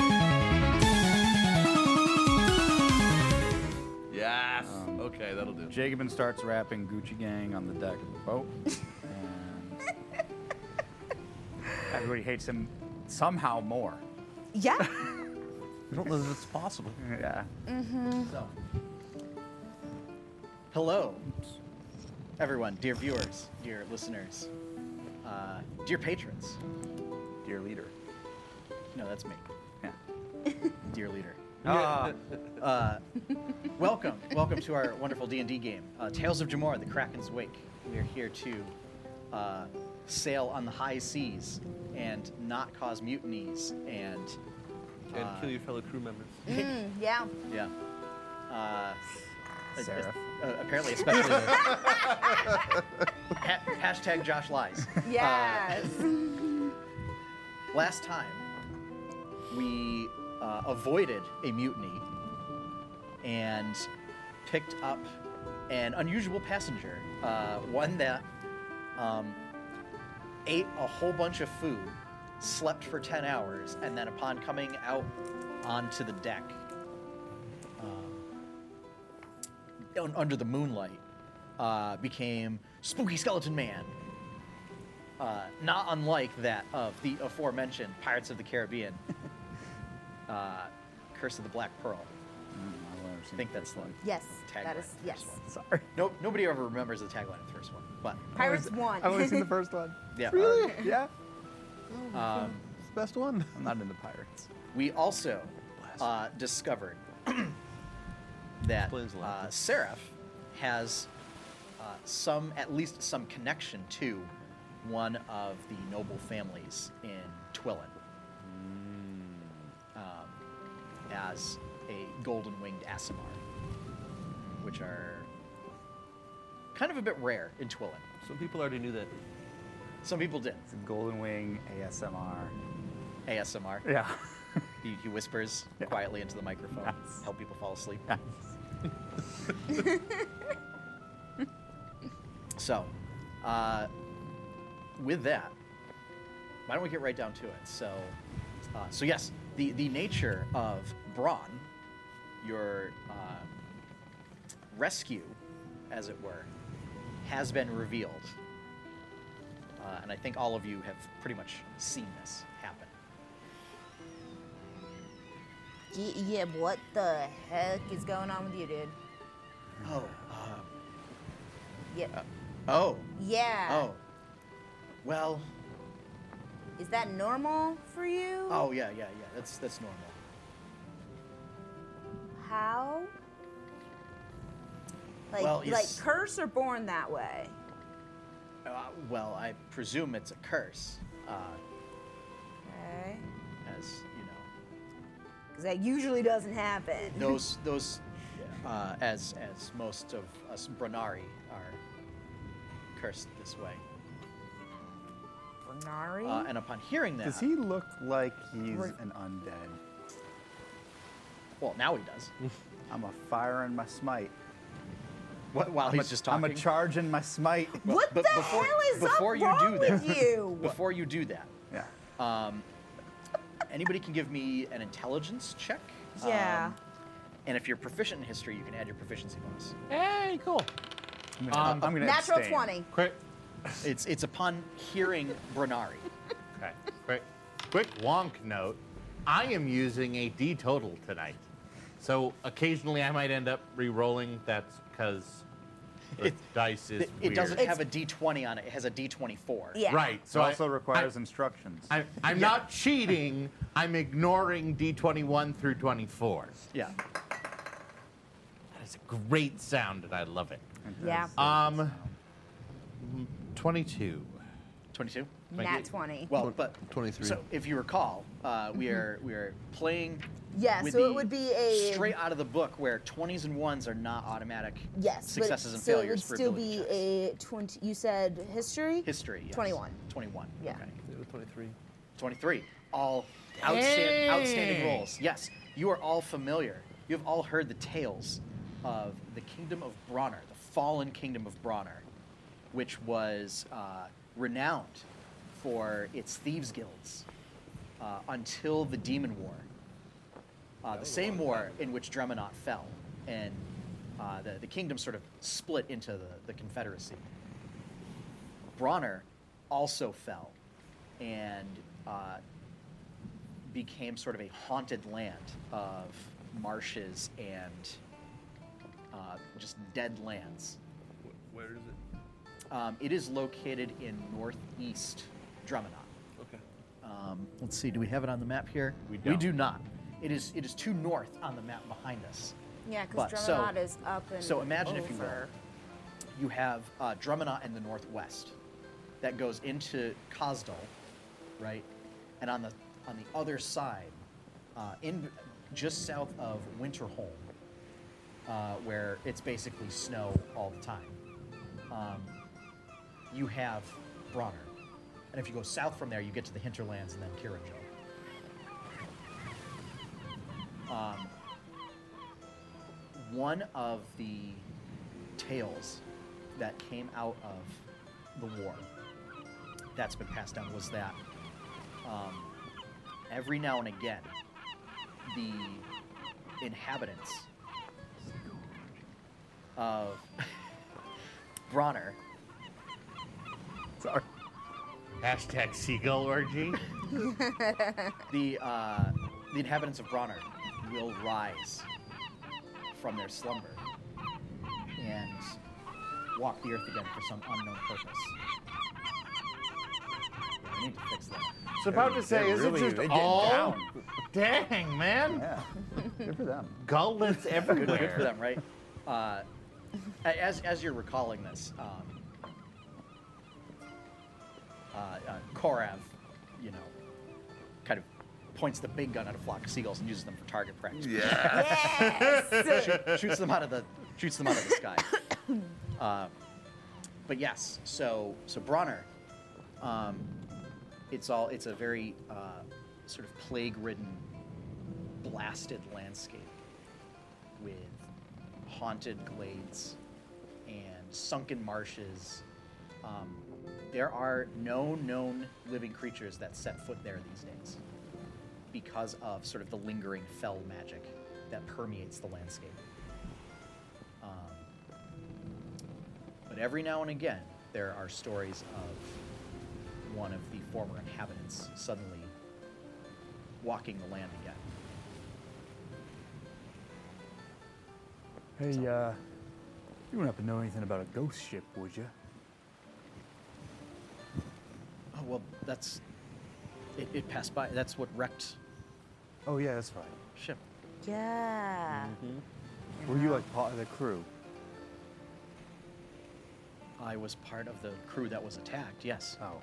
Um, do. Jacobin starts rapping Gucci Gang on the deck of the boat. and everybody hates him somehow more. Yeah. I don't know that it's possible. Yeah. So. Hello, everyone, dear viewers, dear listeners, uh, dear patrons. Dear leader. No, that's me, Yeah. dear leader. Uh, Ah, Welcome, welcome to our wonderful D&D game, uh, Tales of Jamora, The Kraken's Wake. We are here to uh, sail on the high seas and not cause mutinies and uh, And kill your fellow crew members. Mm, yeah. Yeah. Uh, a- a- Serif. uh, apparently, especially. ha- hashtag Josh lies. Yes. Last time, we uh, avoided a mutiny and picked up an unusual passenger, uh, one that um, ate a whole bunch of food, slept for 10 hours, and then upon coming out onto the deck, um, un- under the moonlight, uh, became Spooky Skeleton Man. Uh, not unlike that of the aforementioned Pirates of the Caribbean, uh, Curse of the Black Pearl. I've never seen I think that's the yes. Tagline that is for yes. this it. Sorry. Nope, nobody ever remembers the tagline of the first one, but Pirates one. I've only seen the first one. yeah. Really? Yeah. Um, It's the best one. I'm not into pirates. we also uh, discovered that Explains a lot. uh, Seraph has uh, some, at least some connection to one of the noble families in Twillin. Hmm. Um, as a golden winged Asimar, which are kind of a bit rare in Twillin. Some people already knew that. Some people did. It's a Golden Wing ASMR. ASMR. Yeah. He, he whispers quietly into the microphone, Nice. help people fall asleep. So, uh, with that, why don't we get right down to it? So, uh, so yes, the the nature of Braun, your uh, rescue, as it were, has been revealed, uh, and I think all of you have pretty much seen this happen. Ye- yeah. What the heck is going on with you, dude? Oh, Yeah. oh, yeah. oh. Well, Is that normal for you? oh yeah, yeah, yeah. That's that's normal. How? Like, Well, like it's- curse or born that way? Uh, well, I presume it's a curse, uh, Okay. as you know. Because that usually doesn't happen. those those uh, as as most of us Branari are cursed this way. Nari? Uh, and upon hearing that, Does he look like he's Right. an undead? well, now he does. I'm a firing my smite. What, while I'm Oh, he's a, just talking. I'm a charging my smite. what but the before- hell is before up you wrong do that- with you? Before you do that, Yeah. um, anybody can give me an intelligence check. Yeah. um, and if you're proficient in history, you can add your proficiency bonus. Hey, cool. I'm gonna, Um, I'm gonna Natural abstain. 20. Quick. It's it's upon hearing Branari. Okay. Quick. Quick wonk note. I am using a D total tonight. So occasionally I might end up re rolling. That's because the dice is It, weird. it doesn't It's- have a D20 on it. It has a D24. Yeah. Right. So So it I- also requires I, instructions. I, I'm not cheating. I'm ignoring D21 through 24. Yeah. That is a great sound, and I love it. Yeah. Um, 22. 22. Nat 20. Well, but 23. So if you recall, uh, we are we are playing. Mm-hmm. Yeah, with so it the would be a- straight out of the book where twenties and ones are not automatic. yes. but- successes and so failures it for would still ability be checks. a 20. You said history? history. Yes. 21. Twenty-one. Yeah. Okay. It was 23. Twenty-three. All outstanding, outstanding roles. Yes, you are all familiar. You have all heard the tales of the kingdom of Bronner, the fallen kingdom of Bronner, which was uh, renowned for its thieves' guilds uh, until the Demon War. uh, the same war in which Dremenaut fell and uh, the, the kingdom sort of split into the, the Confederacy. Bronner also fell and uh, became sort of a haunted land of marshes and uh, just dead lands. Wh- Where is it? Um, it is located in northeast Drummond. Okay. Um, let's see. Do we have it on the map here? We We don't. do not. It is. It is too north on the map behind us. Yeah, because But, so- Dramanada is up and so imagine if you will. over. You have uh, Drummond in the northwest, that goes into Cosdal, right? And on the on the other side, uh, in just south of Winterholm, uh, where it's basically snow all the time, um, you have Bronner, and if you go south from there, you get to the hinterlands and then Kirinjo. um, one of the tales that came out of the war that's been passed down was that um, every now and again the inhabitants of Bronner Sorry. Hashtag seagull orgy. the uh, the inhabitants of Bronner will rise from their slumber and walk the earth again for some unknown purpose. Yeah, we need to fix that. I was about to say, They're is it really- just they're getting all? down. Dang, man. Yeah. Good for them. Gullets everywhere. Good for them, right? Uh, a- as as you're recalling this, um, uh, uh, Korav, you know, kind of points the big gun at a flock of seagulls and uses them for target practice. Yeah. Yes! shoots them out of the shoots them out of the sky. Uh, but yes, so so Bronner, um, it's all it's a very uh, sort of plague-ridden, blasted landscape with haunted glades and sunken marshes. Um, there are no known living creatures that set foot there these days because of sort of the lingering fell magic that permeates the landscape. Um, but every now and again, there are stories of one of the former inhabitants suddenly walking the land again. Hey, uh, you wouldn't happen to know anything about a ghost ship, would you? Oh, well, that's. It, it passed by. That's what wrecked Oh yeah, that's right. ship. yeah. Mm-hmm. Were you like part of the crew? I was part of the crew that was attacked, yes. Oh.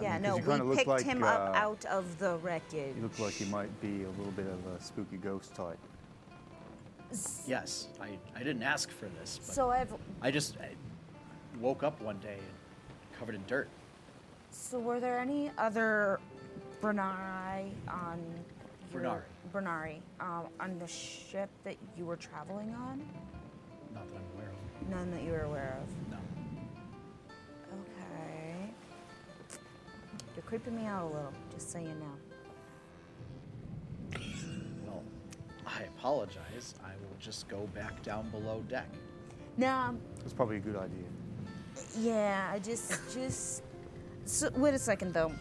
Yeah, mean, 'cause no, you kinda we look picked like, him up uh, out of the wreckage. You look like you might be a little bit of a spooky ghost type. Yes, I, I didn't ask for this, but So I've. I just I woke up one day and covered in dirt. So were there any other Bernari on? your- Bernari. Bernari, um, on the ship that you were traveling on? Not that I'm aware of. None that you were aware of. No. Okay. You're creeping me out a little, just so you know. Well, I apologize. I will just go back down below deck. No, That's probably a good idea. yeah, I just, just. So, wait a second though.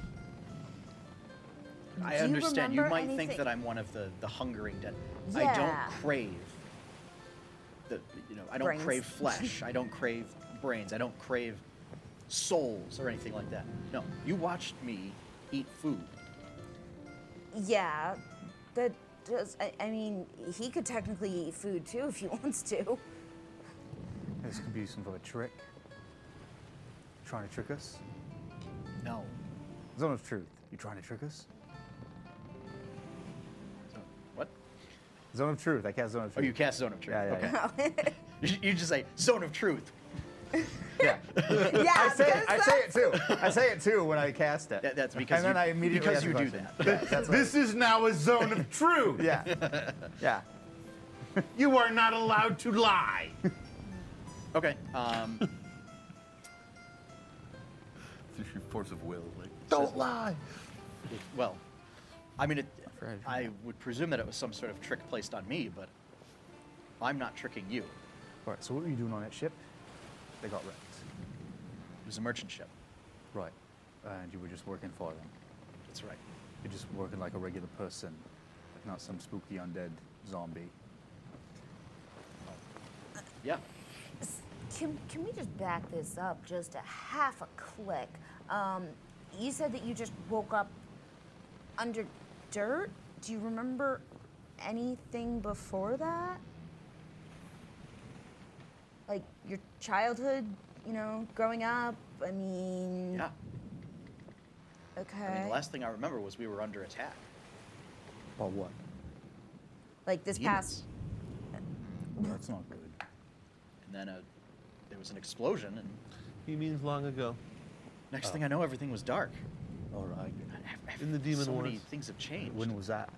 I Do you understand. You, remember might think anything- that I'm one of the, the hungering dead. I Yeah. don't crave the you know, I don't Brains. crave flesh. I don't crave brains. I don't crave souls or anything like that. No. You watched me eat food. Yeah, that does. I, I mean, he could technically eat food too if he wants to. This could be some sort of trick. Trying to trick us? No. It's honest truth. You trying to trick us? So, what? Zone of truth. I cast zone of Oh, truth. you cast Zone of Truth. Yeah, yeah, okay. Oh. You, you just say, Zone of Truth. yeah. Yeah, I say it. because I say it too. I say it too when I cast it. That- that's because And then you- I immediately because ask the you do question. that. Yeah, that's right. This is now a zone of truth. Yeah. Yeah. You are not allowed to lie. Okay. Um, Through sheer force of will. Like, Don't lie. It- well, I mean, it, forgot to do I would presume that it was some sort of trick placed on me, but I'm not tricking you. Right, so what were you doing on that ship? They got wrecked. It was a merchant ship. Right. And you were just working for them. That's right. You're just working like a regular person, not some spooky undead zombie. Yeah. Can, can we just back this up just a half a click? Um, you said that you just woke up Under dirt? Do you remember anything before that? Like your childhood, you know, growing up? I mean. Yeah. Okay. I mean, the last thing I remember was we were under attack. By what? like this past. Demons. Well, that's not good. And then a, there was an explosion, and He means long ago. next thing I know, everything was dark. All right. Oh. In the demon so many wars. things have changed. When was that?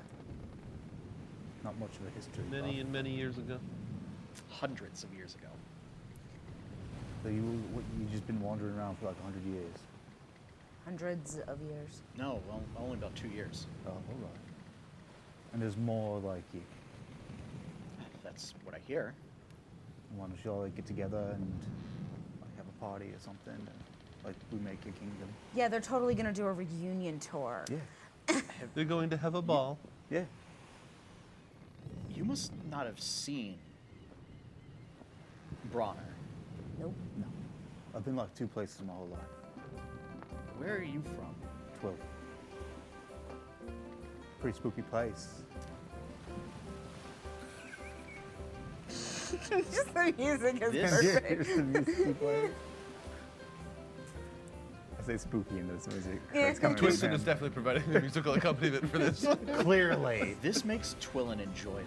Not much of a history. Many buff. and many years ago. Hundreds of years ago. So you, what, you've just been wandering around for like 100 years. hundreds of years. No, well, only about two years. Oh, all right. And there's more like you. That's what I hear. Why don't y'all like, get together and like, have a party or something? And, like we make a kingdom. Yeah, they're totally gonna do a reunion tour. Yeah. They're going to have a ball. Yeah. You must not have seen Bronner. Nope. No. I've been like two places my whole life. Where are you from? Twelve. Pretty spooky place. Just the music is This- perfect. It's a spooky place. I say spooky in this music. so it's Yeah. coming from Twisted him. is definitely providing the musical accompaniment for this. Clearly. This makes Twillin enjoyable.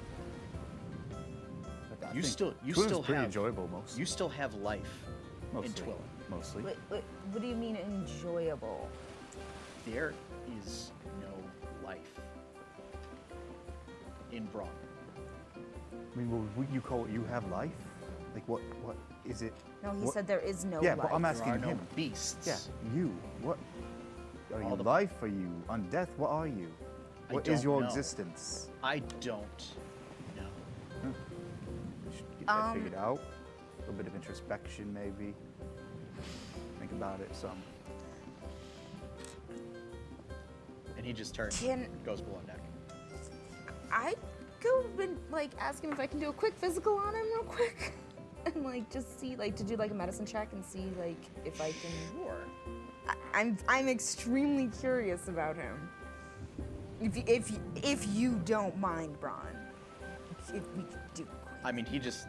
I You think still, you Twillin's still pretty have, enjoyable most. You still have life mostly. in Twillin. Mostly. Wait, wait, what do you mean enjoyable? There is no life in Bronner. I mean, well, would you call it you have life? Like what? What is it? No, he what- said there is no Yeah, life. but I'm There are asking no him. beasts. Yeah, you. What? Are All you the- life? Are you undeath? What are you? I What is don't your know. existence? I don't know. We should get that figured out. A little bit of introspection, maybe. Think about it some. And he just turns Can- and goes below deck. I go and like ask him if I can do a quick physical on him real quick, and like just see like to do like a medicine check and see like if I can. Sure. I, I'm I'm extremely curious about him. If you, if you, if you don't mind, Bron, if we could do. it quick. I mean, he just.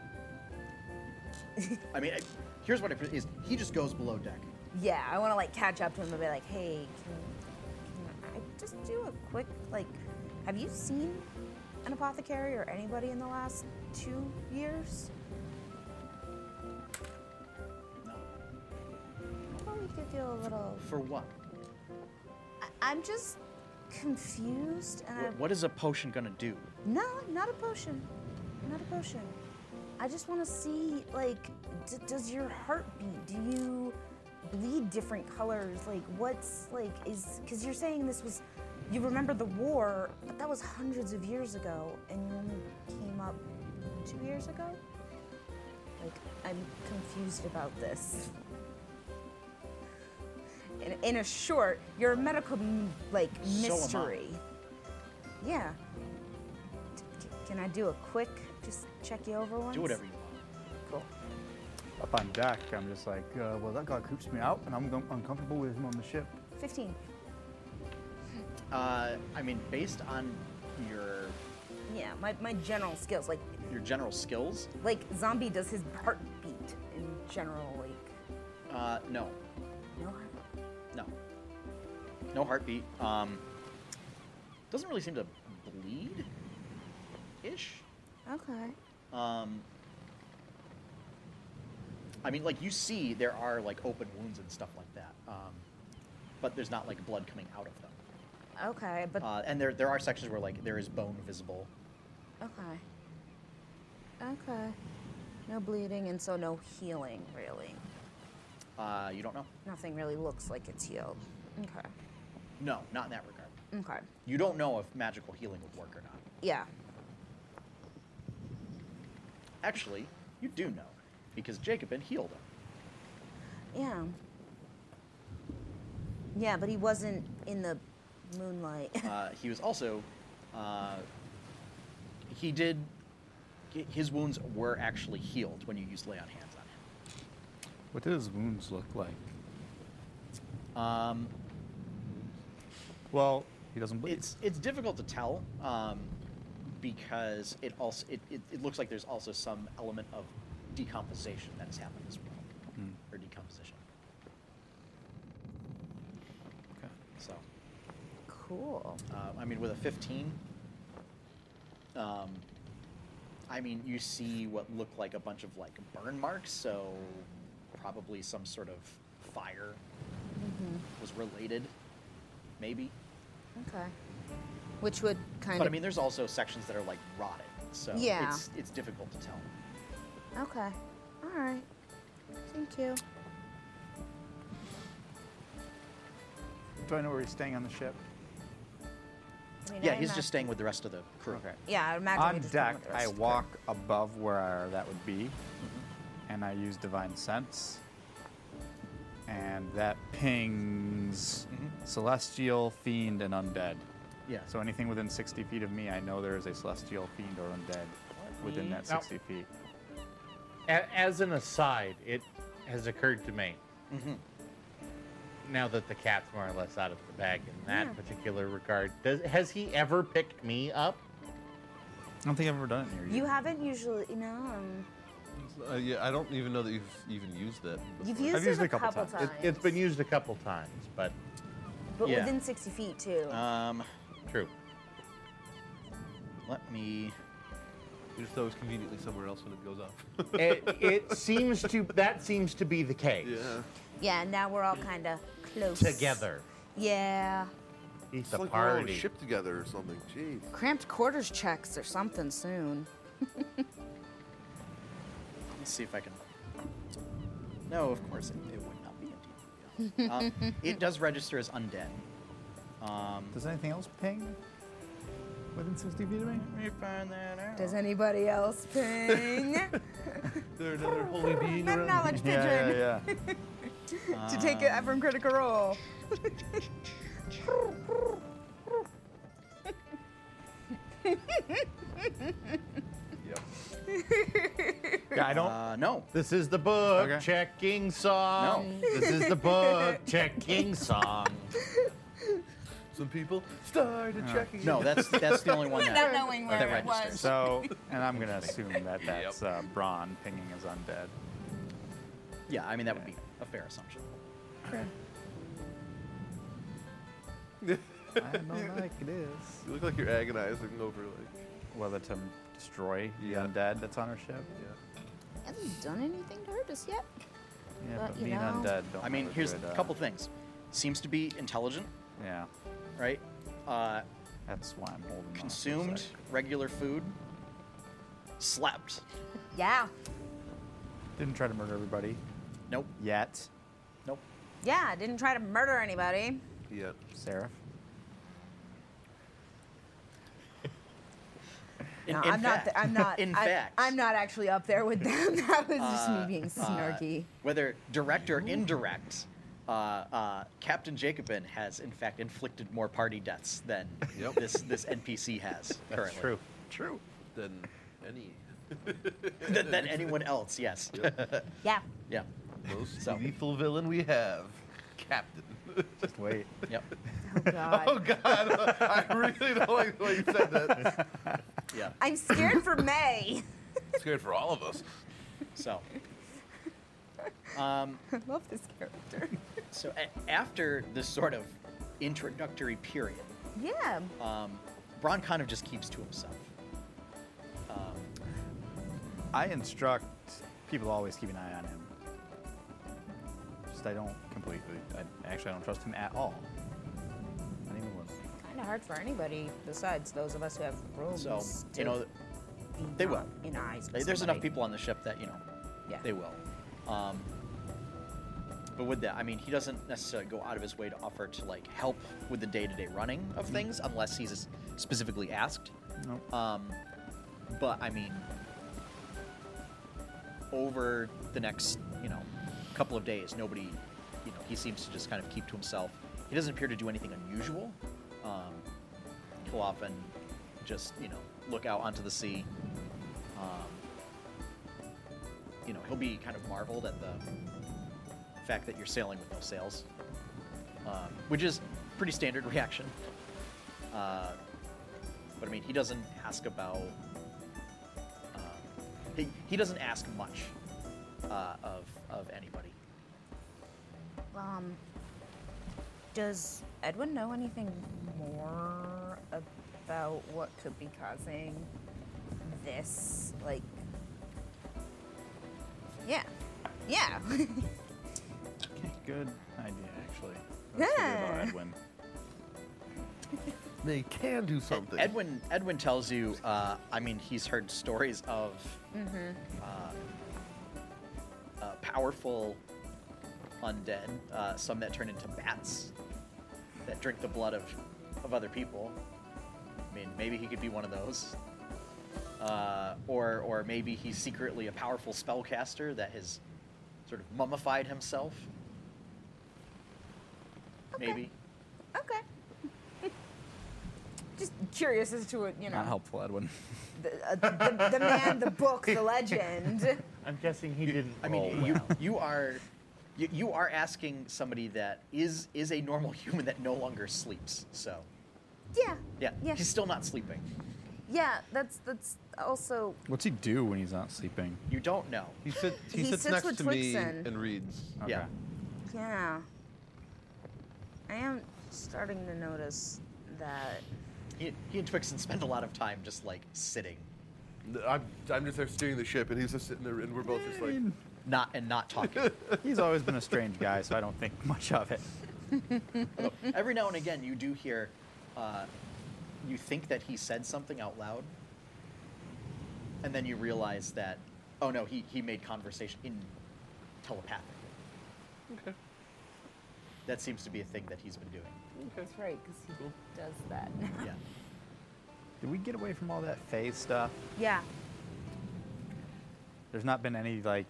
I mean, I, here's what I pre- is. He just goes below deck. Yeah, I want to like catch up to him and be like, hey, can, can I just do a quick like? Have you seen an apothecary or anybody in the last two years? No. I thought we could do a little. For what? I- I'm just confused, and I Wh- What is a potion gonna do? no, not a potion, not a potion. I just want to see, like, d- does your heart beat? Do you bleed different colors? Like, what's like is because you're saying this was, you remember the war, but that was hundreds of years ago, and you only came up two years ago. Like, I'm confused about this. In, in a short, you're a medical m- like So am I. mystery. yeah. C- Can I do a quick, just check you over once? Do whatever you want. Cool. Up on deck, I'm just like, uh, well, that guy creeps me out, and I'm gon- uncomfortable with him on the ship. 15. Uh, I mean, based on your Yeah, my, my general skills, like your general skills, like zombie does his heartbeat in general, like uh, no, no. no, no heartbeat. Um, doesn't really seem to bleed, ish. Okay. Um, I mean, like you see, there are like open wounds and stuff like that, um, but there's not like blood coming out of them. Okay, but Uh, and there there are sections where like there is bone visible. okay. Okay. No bleeding and so no healing really. Uh, you don't know? Nothing really looks like it's healed. Okay. No, not in that regard. Okay. You don't know if magical healing would work or not. Yeah. Actually, you do know, because Jacobin healed him. Yeah. Yeah, but he wasn't in the moonlight. Uh, he was also, uh, he did, hi- his wounds were actually healed when you used lay on hands on What do his wounds look like? him. Um, Well, he doesn't bleed. it's it's difficult to tell um, because it also it, it, it looks like there's also some element of decomposition that has happened as well, or decomposition. Okay. So, Cool. uh, I mean, with a 15, um, I mean, you see what look like a bunch of like burn marks, so probably some sort of fire was related, maybe. Okay. Which would kind But I of. mean, there's also sections that are like rotted, so Yeah. it's it's difficult to tell. okay. All right. Thank you. Do I know where he's staying on the ship? I mean, yeah, I he's just imagine- staying with the rest of the crew. Okay. Yeah, I imagine. On he just went deck, with the I rest of the walk above where that would be, Mm-hmm. and I use divine sense, and that pings Mm-hmm. celestial, fiend, and undead. Yeah. So anything within 60 feet of me, I know there is a celestial, fiend, or undead within that Now- 60 feet. A- As an aside, it has occurred to me Mm-hmm. now that the cat's more or less out of the bag in that particular regard. Does, has he ever picked me up? I don't think I've ever done it near You haven't usually, you know. Um, Uh, yeah, I don't even know that you've even used that. you've before. used, used it it a couple times, It, it's been used a couple times, but but Yeah. within 60 feet too. Um, true. let me. You just throw it conveniently somewhere else when it goes off. it, it seems to that seems to be the case. yeah. yeah, now we're all kind of close Together, Yeah, it's It's a like we're all on a party. ship together or something. Jeez. Cramped quarters checks or something soon. Let's see if I can. No, of course it, it would not be indeed. um, it does register as undead. Um, Does anything else ping within 60 feet of me? let me find that out. Does anybody else ping? There another holy being Not around. knowledge pigeon Yeah, yeah, yeah. to take it from critical role. yeah I don't. Uh, no. This is the book Okay. checking song. This is the book checking song. Some people started checking. No, that's that's the only one not that, knowing that where it registers. was. so, and I'm gonna assume that that's uh, Braun pinging as undead. Yeah, I mean that would be a fair assumption. I don't like this. You look like you're agonizing over like. whether to destroy the Yeah. undead that's on our ship. Yeah. Hasn't done anything to hurt us yet. Yeah, But, but you being know- undead don't. I mean, have here's good, a uh, couple things. Seems to be intelligent, Yeah, right? Uh, that's why I'm holding. on for a consumed sec. regular food, slept. Yeah, Didn't try to murder everybody Nope, yet, nope. yeah. I Didn't try to murder anybody. Yeah. Seraph. In, No, in I'm fact, not. th- I'm not. In I, fact, I'm not actually up there with them. That was just me being uh, snarky. whether direct or indirect, uh, uh, Captain Jacobin has in fact inflicted more party deaths than Yep. this this NPC has That's currently. true. True. Then any than, than anyone else. Yes. yeah. yeah. most So. lethal villain we have, Captain. Just wait. Yep. Oh God. Oh God, I really don't like the way you said that. Yeah. I'm scared for May. scared for all of us. So. Um, I love this character. so a- after this sort of introductory period, Yeah. um, Bron kind of just keeps to himself. Um, I instruct people to always keep an eye on him. Just I don't completely. I actually I don't trust him at all. Not even a little. Kind of hard for anybody besides those of us who have rooms. so you know, they will. In eyes. Like, there's enough people on the ship that you know Yeah. they will. Um, but with that, I mean, he doesn't necessarily go out of his way to offer to like help with the day-to-day running of things unless he's specifically asked. Nope. Um, but I mean, over the next, you know, couple of days, nobody, you know, he seems to just kind of keep to himself. He doesn't appear to do anything unusual. Um, he'll often just, you know, look out onto the sea. Um, you know, he'll be kind of marveled at the fact that you're sailing with no sails, um, which is pretty standard reaction. Uh, but I mean, he doesn't ask about. Uh, he, he doesn't ask much uh, of of anybody. Um, does Edwin know anything more about what could be causing this? Like, yeah, yeah. Good idea, actually. Let's forget about Yeah. Edwin. They can do something. Edwin Edwin tells you. Uh, I mean, he's heard stories of uh, uh, powerful undead, uh, some that turn into bats that drink the blood of of other people. I mean, maybe he could be one of those. Uh, or, or maybe he's secretly a powerful spellcaster that has sort of mummified himself. Maybe. okay. Just curious as to what you know. Not helpful, Edwin. The, uh, the, the man, the book, the legend. I'm guessing he didn't. I mean, Oh, you, you are you, you are asking somebody that is is a normal human that no longer sleeps. So Yeah. yeah, Yeah. he's still not sleeping. Yeah. That's that's also What's he do when he's not sleeping? You don't know. He, sit, he, He sits, sits next with to me Twixen. and reads. Yeah. yeah. I am starting to notice that. He, he and Twixen spend a lot of time just like sitting, I'm, I'm just there steering the ship, and he's just sitting there, and we're both just like, not and not talking. He's always been a strange guy, so I don't think much of it. Although, every now and again, you do hear. Uh, you think that he said something out loud, and then you realize that, oh no, he, he made conversation in telepathically. Okay. That seems to be a thing that he's been doing. Okay. That's right, because he does that. Yeah. Did we get away from all that Fae stuff? Yeah. There's not been any like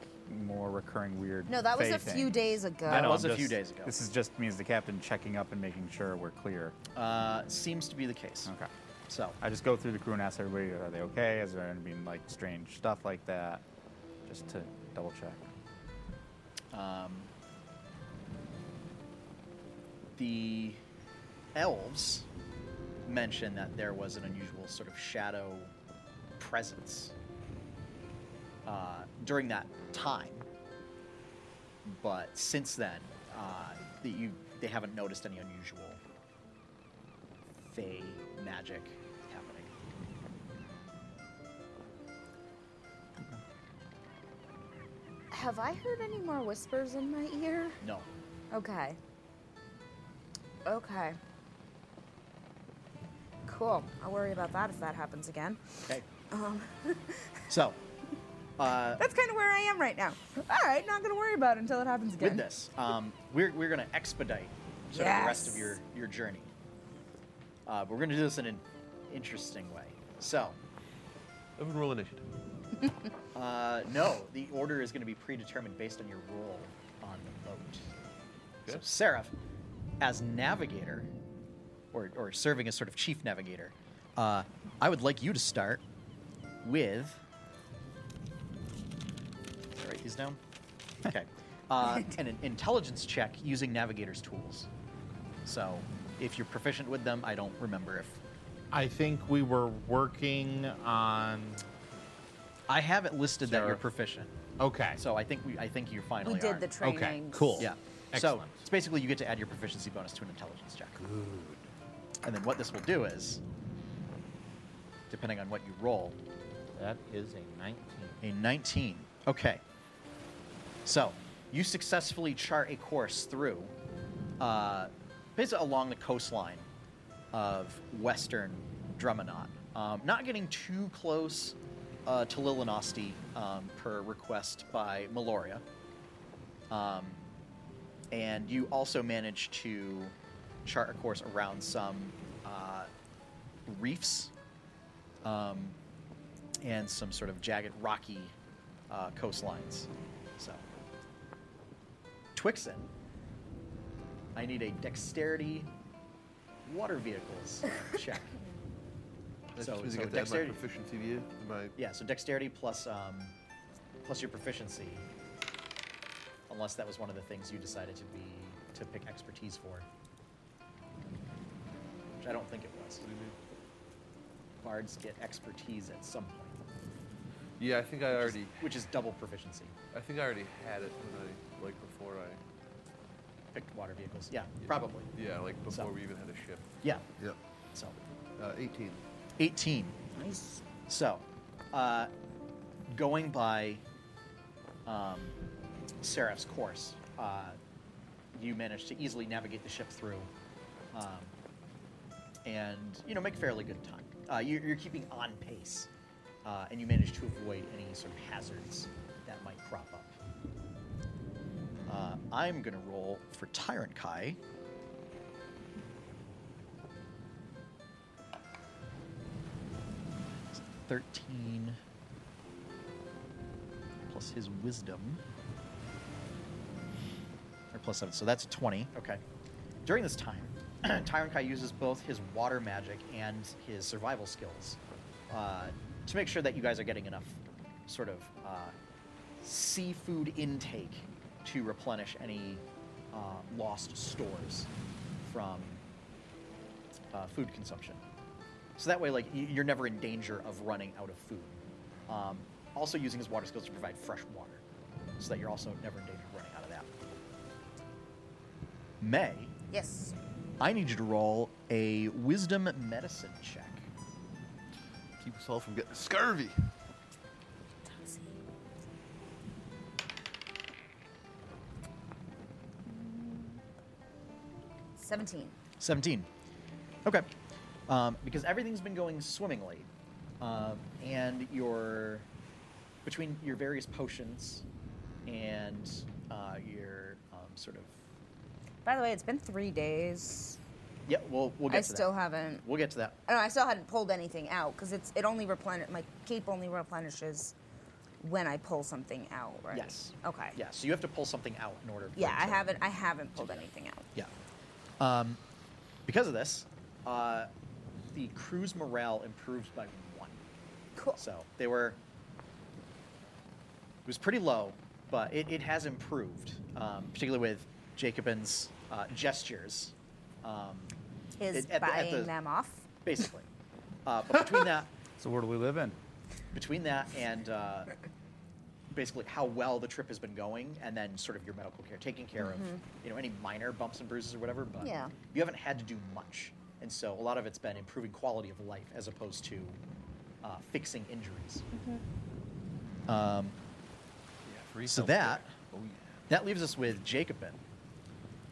more recurring weird. No, that was Fae a few thing. days ago. I know, That was I'm a few just- days ago. This is just means the captain checking up and making sure we're clear. Uh, seems to be the case. Okay. So, I just go through the crew and ask everybody, are they okay? Is there any been like strange stuff like that? Just to double check. um, the elves mentioned that there was an unusual sort of shadow presence uh, during that time, but since then, uh, that you they haven't noticed any unusual fey magic happening. Have I heard any more whispers in my ear? No, Okay. Okay. Cool. I'll worry about that if that happens again. okay. so, uh, That's kind of where I am right now. All right, not gonna worry about it until it happens again. with this. Um, we're we're going to expedite sort of the rest of your, Yes. your journey. Uh, but we're going to do this in an interesting way. So, Everyone roll initiative. uh, no, the order is going to be predetermined based on your role on the boat. So, Okay. Seraph, as navigator, or, or serving as sort of chief navigator, uh, I would like you to start with. Is that right? He's down? Okay. Uh, and an intelligence check using navigator's tools. So, if you're proficient with them, I don't remember if. I think we were working on. I have it listed that you're Seraph. proficient. Okay. So I think we, I think you finally we did are. the training. okay. Cool. Yeah. Excellent. So it's basically you get to add your proficiency bonus to an intelligence check. And then what this will do is, depending on what you roll, that is a 19. a 19. Okay. So you successfully chart a course through, uh, basically along the coastline of western Drumanot. Um, not getting too close uh, to Lilinosti um, per request by Meloria. Um, and you also managed to chart a course around some uh, reefs um, and some sort of jagged rocky uh, uh, coastlines. So, Twixen, I need a dexterity water vehicles check. so, Is so it that my dexterity. proficiency view? My Yeah, so dexterity plus um, plus your proficiency, unless that was one of the things you decided to be to pick expertise for, which I don't think it was. Bards get expertise at some point, yeah, I think I which is- already, which is double proficiency. I think I already had it when I, like before I, Picked water vehicles, yeah, probably, yeah, like before So- we even had a ship. yeah. Yep. So, Uh, 18. 18. Nice. So, uh, going by um, Seraph's course, uh, you managed to easily navigate the ship through, um, and you know make fairly good time. Uh, you're, you're keeping on pace, uh, and you manage to avoid any sort of hazards that might crop up. Uh, I'm gonna roll for Tyrant Kai. Thirteen plus his wisdom. Or plus seven. So that's 20. Okay. During this time, Tyrant Kai uses both his water magic and his survival skills uh, to make sure that you guys are getting enough sort of uh, seafood intake to replenish any uh, lost stores from uh, food consumption. So that way, like y- you're never in danger of running out of food. Um, also, using his water skills to provide fresh water, so that you're also never in danger of running out of that. May, Yes. I need you to roll a wisdom medicine check. Keep us all from getting scurvy. Seventeen. 17. Okay. Um, because everything's been going swimmingly, um, and your between your various potions and uh, your um, sort of By the way, it's been three days. yeah, we'll we'll get I to that. still haven't. We'll get to that. I, don't know, I still hadn't pulled anything out because it's it only replenishes. My cape only replenishes when I pull something out, right? Yes. Okay. Yeah. So you have to pull something out in order. for Yeah, it I to- haven't. I haven't pulled anything out. Yeah. Um, because of this, uh, the crew's morale improves by one. Cool. So they were. It was pretty low, but it, it has improved, um, particularly with Jacobin's uh, gestures. Um, Is it- at the- at buying the- them off. Basically. Uh, but between that, So where do we live in? between that and uh, basically how well the trip has been going, and then sort of your medical care, taking care of you know any minor bumps and bruises or whatever. But Yeah. you haven't had to do much, and so a lot of it's been improving quality of life as opposed to uh, fixing injuries. Um, so that Oh, that leaves us with Jacobin.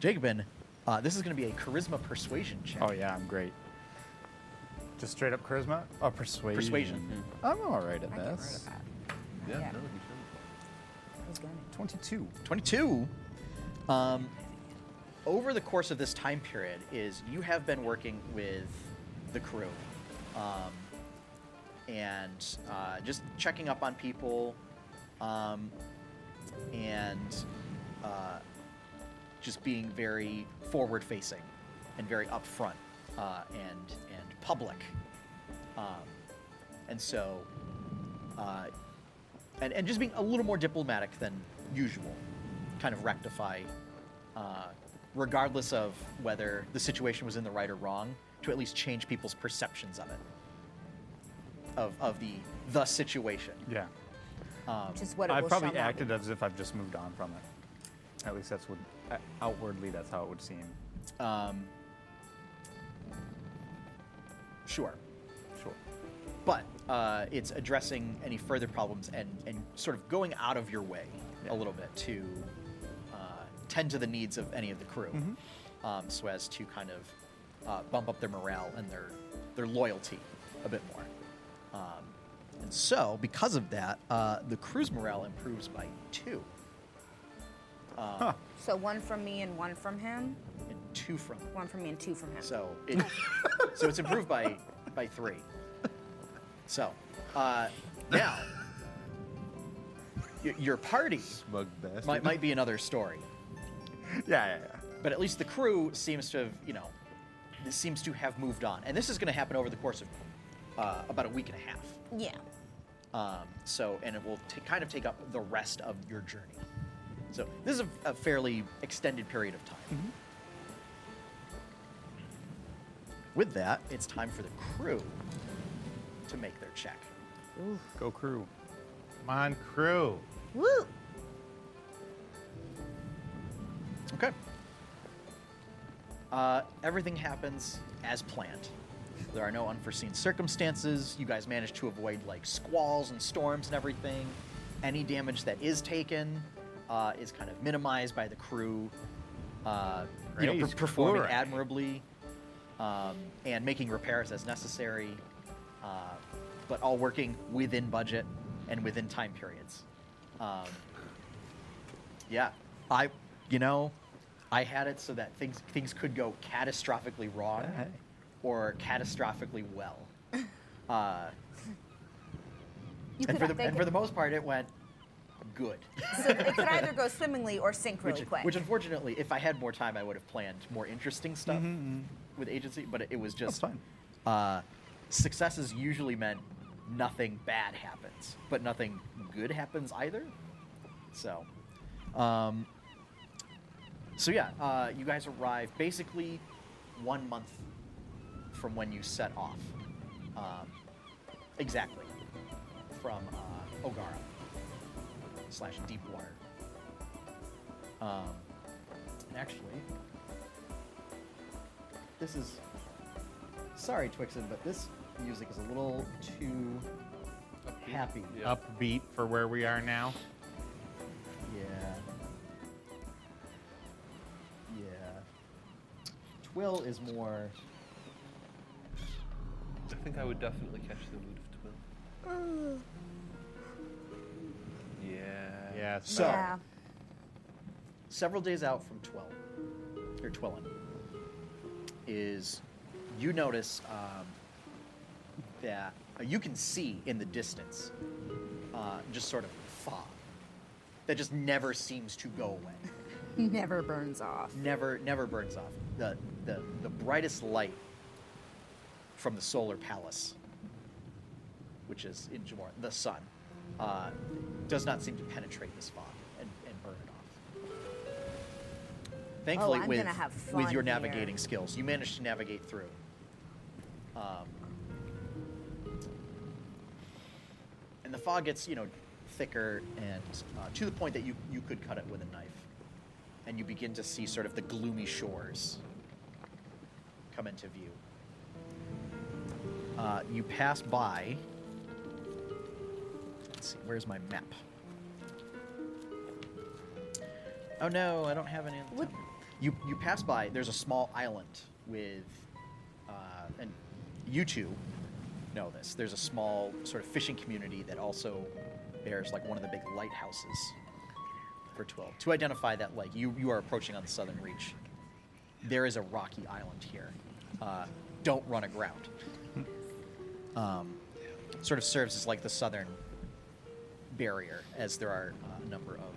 Jacobin, uh, this is going to be a charisma persuasion check. Oh yeah, I'm great. Just straight up charisma? Oh, persuasion. Persuasion. I'm all right at I get rid this. of that. Yeah, Yeah. no, you shouldn't. Who's gonna? 22. 22 um, over the course of this time period is you have been working with the crew um, and uh, just checking up on people um, and uh, just being very forward facing and very upfront uh, and and public um, and so uh, and, and just being a little more diplomatic than usual, kind of rectify, uh, regardless of whether the situation was in the right or wrong, to at least change people's perceptions of it, of, of the the situation. Yeah. Um, Which is what it I will probably shall not acted be. as if I've just moved on from it. At least that's what uh, outwardly that's how it would seem. Um, sure. Sure. but uh, it's addressing any further problems and, and sort of going out of your way a little bit to uh, tend to the needs of any of the crew, um, so as to kind of uh, bump up their morale and their their loyalty a bit more. Um, and so, because of that, uh, the crew's morale improves by two, So one from me and one from him. and two from One from me and two from him. So it, so it's improved by by three. So uh, now Y- your party Smug bastard. might, might be another story. yeah, yeah. But at least the crew seems to have, you know, seems to have moved on. And this is going to happen over the course of uh, about a week and a half. Yeah. Um, so, and it will t- kind of take up the rest of your journey. So, this is a, a fairly extended period of time. With that, it's time for the crew to make their check. Go crew. Come on, crew. Woo! Okay. Uh, everything happens as planned. There are no unforeseen circumstances. You guys manage to avoid like squalls and storms and everything. Any damage that is taken uh, is kind of minimized by the crew, uh, you know, per- Praise performing Korai. admirably um, and making repairs as necessary, uh, but all working within budget and within time periods. Um, yeah, I, you know, I had it so that things things could go catastrophically wrong, or catastrophically well. Uh, You could, and for the they and for could- the most part, it went good. so they could either go swimmingly or sink really which, quick. which unfortunately, if I had more time, I would have planned more interesting stuff with agency. But it, it was just fine. Uh, successes usually meant nothing bad happens, but nothing good happens either. So, um, so yeah, uh, you guys arrive basically one month from when you set off. Um, exactly from uh, Ogara slash Deepwater. Um, and actually, this is sorry, Twixen, but this music is a little too happy. Yeah. Upbeat for where we are now. Yeah. Yeah. Twill is more. I think I would definitely catch the mood of Twill. Yeah. Yeah. So- So yeah. several days out from Twill, or Twillin, is you notice um, that uh, you can see in the distance uh, just sort of fog that just never seems to go away. Never burns off. never never burns off. The the the brightest light from the solar palace, which is in Jamor, the sun, uh, does not seem to penetrate this fog and, and burn it off. Thankfully, Oh, I'm with gonna have with fun your here. navigating skills, you managed to navigate through. Um, and the fog gets you know thicker and uh, to the point that you you could cut it with a knife and you begin to see sort of the gloomy shores come into view. Uh, you pass by. Let's see, where's my map? Oh no, I don't have any. on the What- top. You you pass by. There's a small island with, uh, and you two know this. There's a small sort of fishing community that also bears like one of the big lighthouses for 12 to identify that like you you are approaching on the southern reach there is a rocky island here uh, don't run aground um, sort of serves as like the southern barrier as there are uh, a number of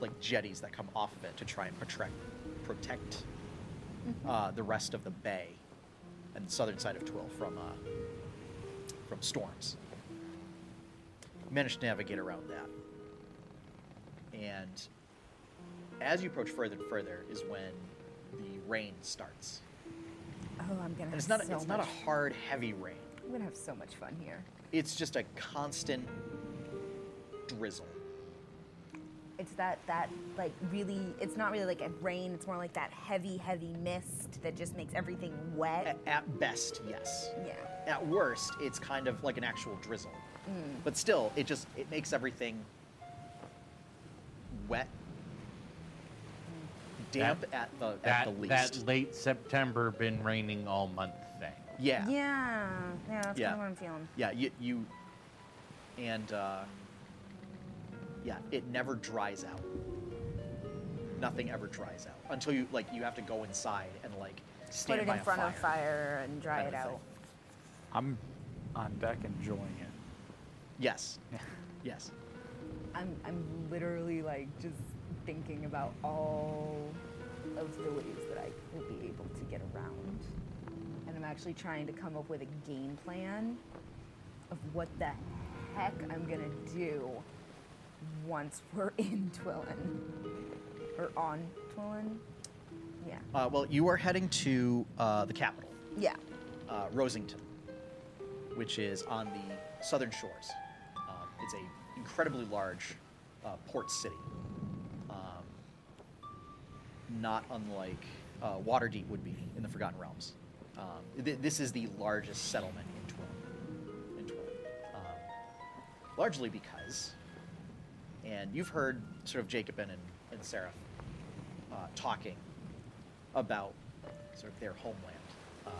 like jetties that come off of it to try and protect protect Mm-hmm. uh, the rest of the bay and southern side of Twill from uh, from storms managed to navigate around that and as you approach further and further is when the rain starts Oh, I'm gonna. and Have it's not so it's not a much- hard heavy rain I'm gonna have so much fun here. it's just a constant drizzle It's that that like really. It's not really like a rain. It's more like that heavy, heavy mist that just makes everything wet. at, at best yes yeah. at worst it's kind of like an actual drizzle Mm. but still it just it makes everything wet Mm. damp at the at that the least that late September been raining all month thing. yeah Yeah. Yeah. That's Yeah. kind of what I'm feeling. yeah you, you and uh, yeah it never dries out nothing ever dries out until you like you have to go inside and like Put stand it by in a front fire of fire and dry kind it of thing. out. I'm on deck enjoying it. yes yes I'm, I'm literally like just thinking about all of the ways that I will be able to get around. And I'm actually trying to come up with a game plan of what the heck I'm gonna do once we're in Twillin. Or on Twillin. Yeah. Uh, well, you are heading to uh, the capital, Yeah. uh, Rosington, which is on the southern shores. Um, it's a incredibly large uh, port city, um, not unlike uh, Waterdeep would be in the Forgotten Realms. Um, th- this is the largest settlement in Twillin, in Twillin. Um, largely because, and you've heard sort of Jacobin and, and Seraph uh, talking about sort of their homeland. Um,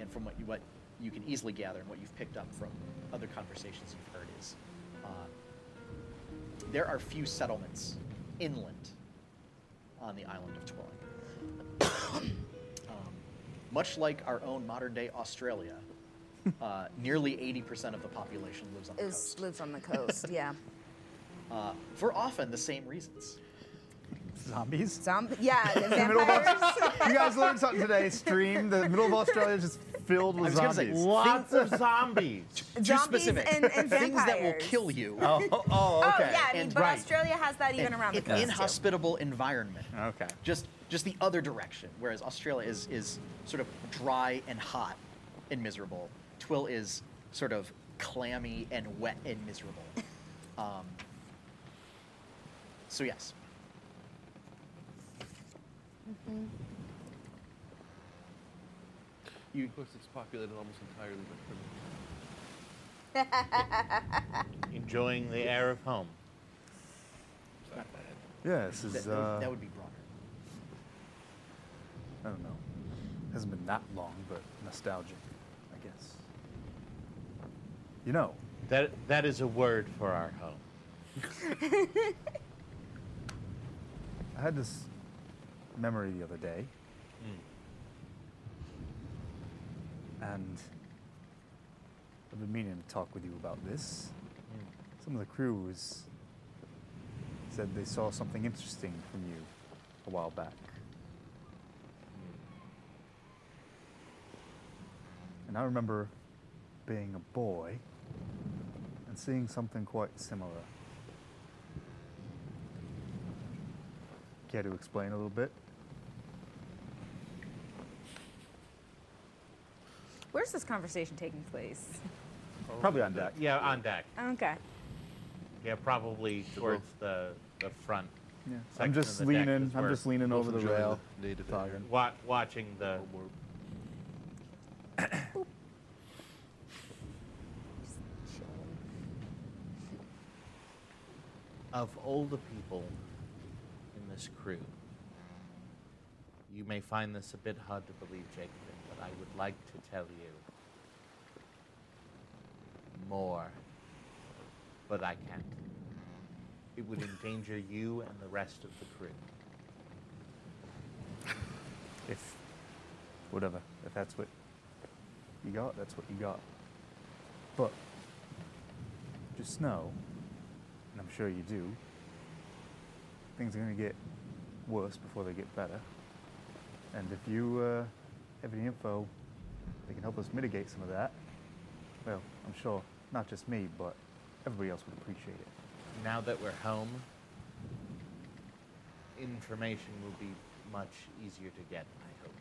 and from what you, what you can easily gather and what you've picked up from other conversations you've heard is uh, there are few settlements inland on the island of Twilling. um, much like our own modern day Australia, uh, nearly 80% of the population lives on the Is coast lives on the coast. Yeah. uh, for often the same reasons. Zombies? Zomb- yeah, the middle of vampires. you guys learned something today. Stream. The middle of Australia is just filled I with was gonna say, zombies. Lots of zombies. Zombies Too specific. and- and Things that will vampires. kill you. oh, oh, Oh, okay. yeah, I mean, And- but right. Australia has that even an- around the an coast. too. inhospitable environment. Okay. Just just the other direction. Whereas Australia is is sort of dry and hot and miserable. Twill is sort of clammy and wet and miserable. Um, so yes, Of course, it's populated almost entirely by criminals. Enjoying the air of home. Yeah, this that, is. that Uh, would, that would be broader. I don't know. Hasn't been that long, but nostalgic, I guess. You know, That that is a word for our home. I had this memory the other day. And I've been meaning to talk with you about this. Some of the crew was, said they saw something interesting from you a while back. And I remember being a boy and seeing something quite similar. Care to explain a little bit? Where's this conversation taking place? Probably on deck. Yeah, on deck. Okay. Yeah, probably towards the the front. Yeah. section I'm of just the deck leaning. is I'm where- just leaning Both over the enjoying rail. the native talking. air. Wa- watching the. Uh. No more Of all the people in this crew, you may find this a bit hard to believe, Jacobin, but I would like to tell you more, but I can't. It would endanger you and the rest of the crew. If whatever, if that's what you got, that's what you got. But just know, and I'm sure you do, things are going to get worse before they get better. And if you uh, have any info that can help us mitigate some of that, well, I'm sure not just me, but everybody else would appreciate it. now that we're home, information will be much easier to get, I hope.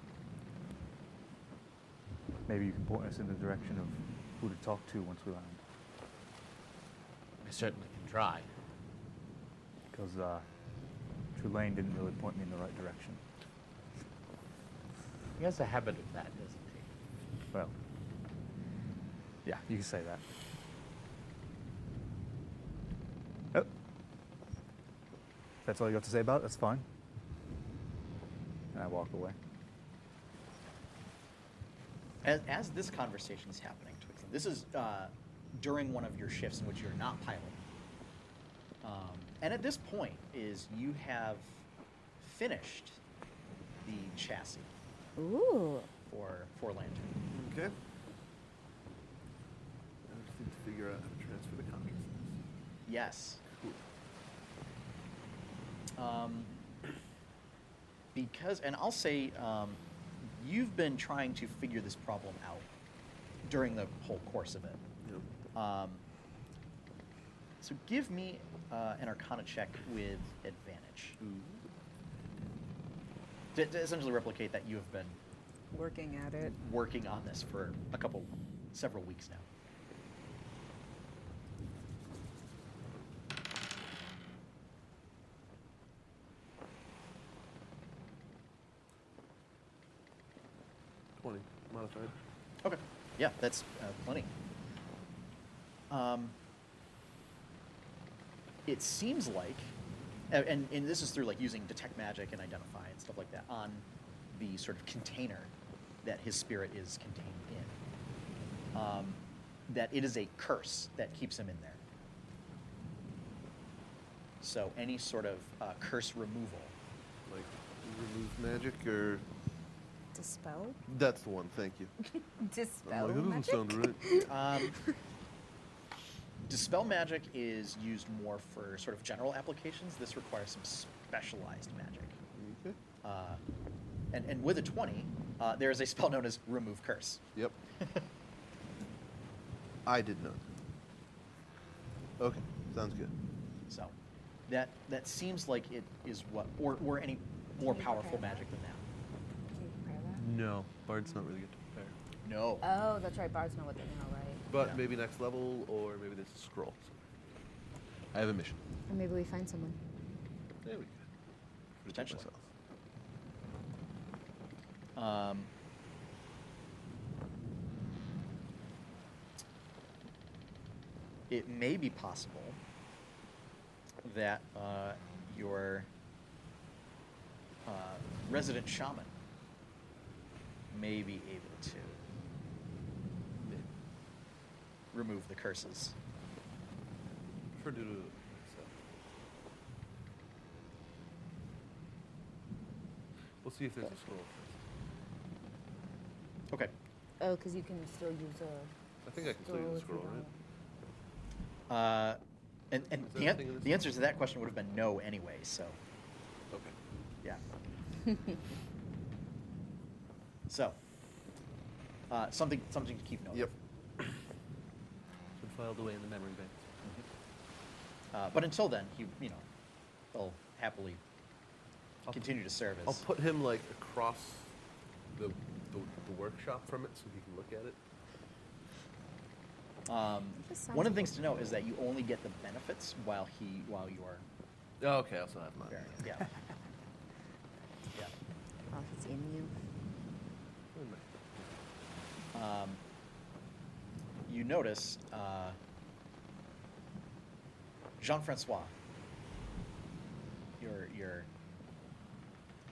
Maybe you can point us in the direction of who to talk to once we land. I certainly can try. Because uh, Tulane didn't really point me in the right direction. He has a habit of that, doesn't he? Well, yeah, you can say that. Oh. If that's all you got to say about it, that's fine. And I walk away. As, as this conversation is happening, Twix, this is uh, during one of your shifts in which you're not piloting. Um, and at this point, is you have finished the chassis Ooh. for for Lantern. Okay. I just need to figure out how to transfer the copies. Yes. Um, because, and I'll say, um, you've been trying to figure this problem out during the whole course of it. Um, so give me uh, an Arcana check with advantage. To, to essentially replicate that you have been Working at it. working on this for a couple, several weeks now. Twenty modified. Okay. Yeah, that's uh, plenty. Um, it seems like, a- and, and this is through like using detect magic and identify and stuff like that on the sort of container that his spirit is contained in. Um, that it is a curse that keeps him in there. So any sort of uh, curse removal. Like, remove magic or. Dispel? That's the one, thank you. I'm Dispel like, that doesn't magic? sound right. Um, dispel magic is used more for sort of general applications. This requires some specialized magic. Okay. Uh, and, and with a 20, uh, there is a spell known as Remove Curse. Yep. I did not. Okay, sounds good. So that that seems like it is what, or, or any more powerful magic than that. Can you prepare No, Bard's not really good to prepare. No. Uh, that? Oh, that's right. Bards know what they know, right? But Yeah. maybe next level, or maybe there's a scroll. I have a mission. Or maybe we find someone. There we go. Potentially. Myself. Um, it may be possible that uh, your uh, resident shaman may be able to remove the curses. For do We'll see if there's a scroll first. Okay. Oh, because you can still use a. I think I can still use a scroll, right? Uh, and and Is there the, anything in an- this the answer to that question would have been no anyway, so. Okay. Yeah. so, uh, something something to keep note. of. Yep. It's been filed away in the memory bank. Uh, but until then, he you know, he'll happily continue to serve I'll as. put him like across the, the, the workshop from it so he can look at it. um, This sounds one of the things to know is that you only get the benefits while he while you are. Oh, okay, I also have mine. there. Yeah. yeah. Oh, it's in you. Wait a minute. um, you notice uh, Jean Francois, your your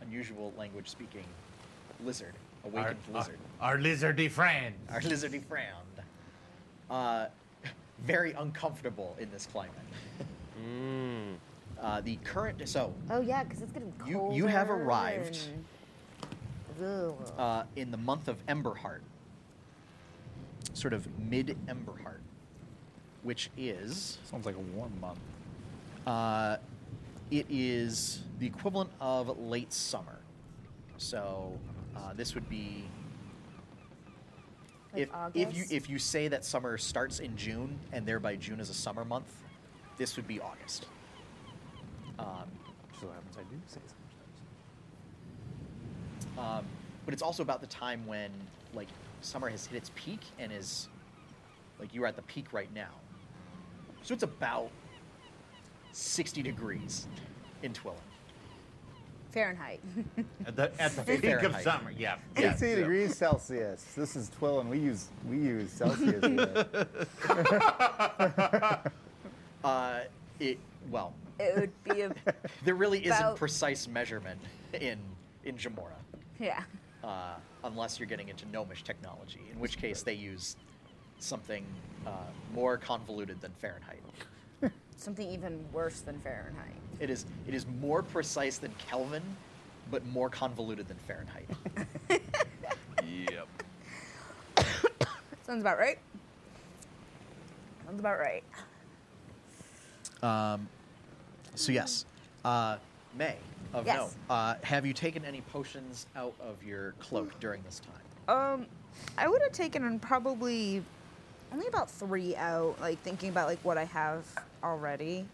unusual language speaking lizard, awakened lizard, Our, lizardy friend. our lizardy friend, uh, very uncomfortable in this climate. Uh, the current so Oh, yeah, because it's getting You- cold. you have arrived. Ugh. uh, in the month of Emberheart, sort of mid Emberheart, which is Sounds like a warm month. Uh, it is the equivalent of late summer. So uh, this would be. Like if, if you August? if you say that summer starts in June and thereby June is a summer month, this would be August. Um, So what happens I do say sometimes. um, but it's also about the time when like summer has hit its peak and is like you are at the peak right now. So it's about sixty degrees in Twillin. Fahrenheit. At the, at the Very peak of high. summer, yeah. yeah. 60 degrees Celsius. This is twill, and we use we use Celsius. here. Uh, it well, It would be a. there really isn't About- precise measurement in in Jamora, yeah. uh, unless you're getting into gnomish technology, in which case they use something uh, more convoluted than Fahrenheit. Something even worse than Fahrenheit. It is it is more precise than Kelvin, but more convoluted than Fahrenheit. Yep. Sounds about right. Sounds about right. Um, so yes, uh, May of Yes. no. Uh, have you taken any potions out of your cloak during this time? Um, I would have taken probably only about three out, like thinking about like what I have already.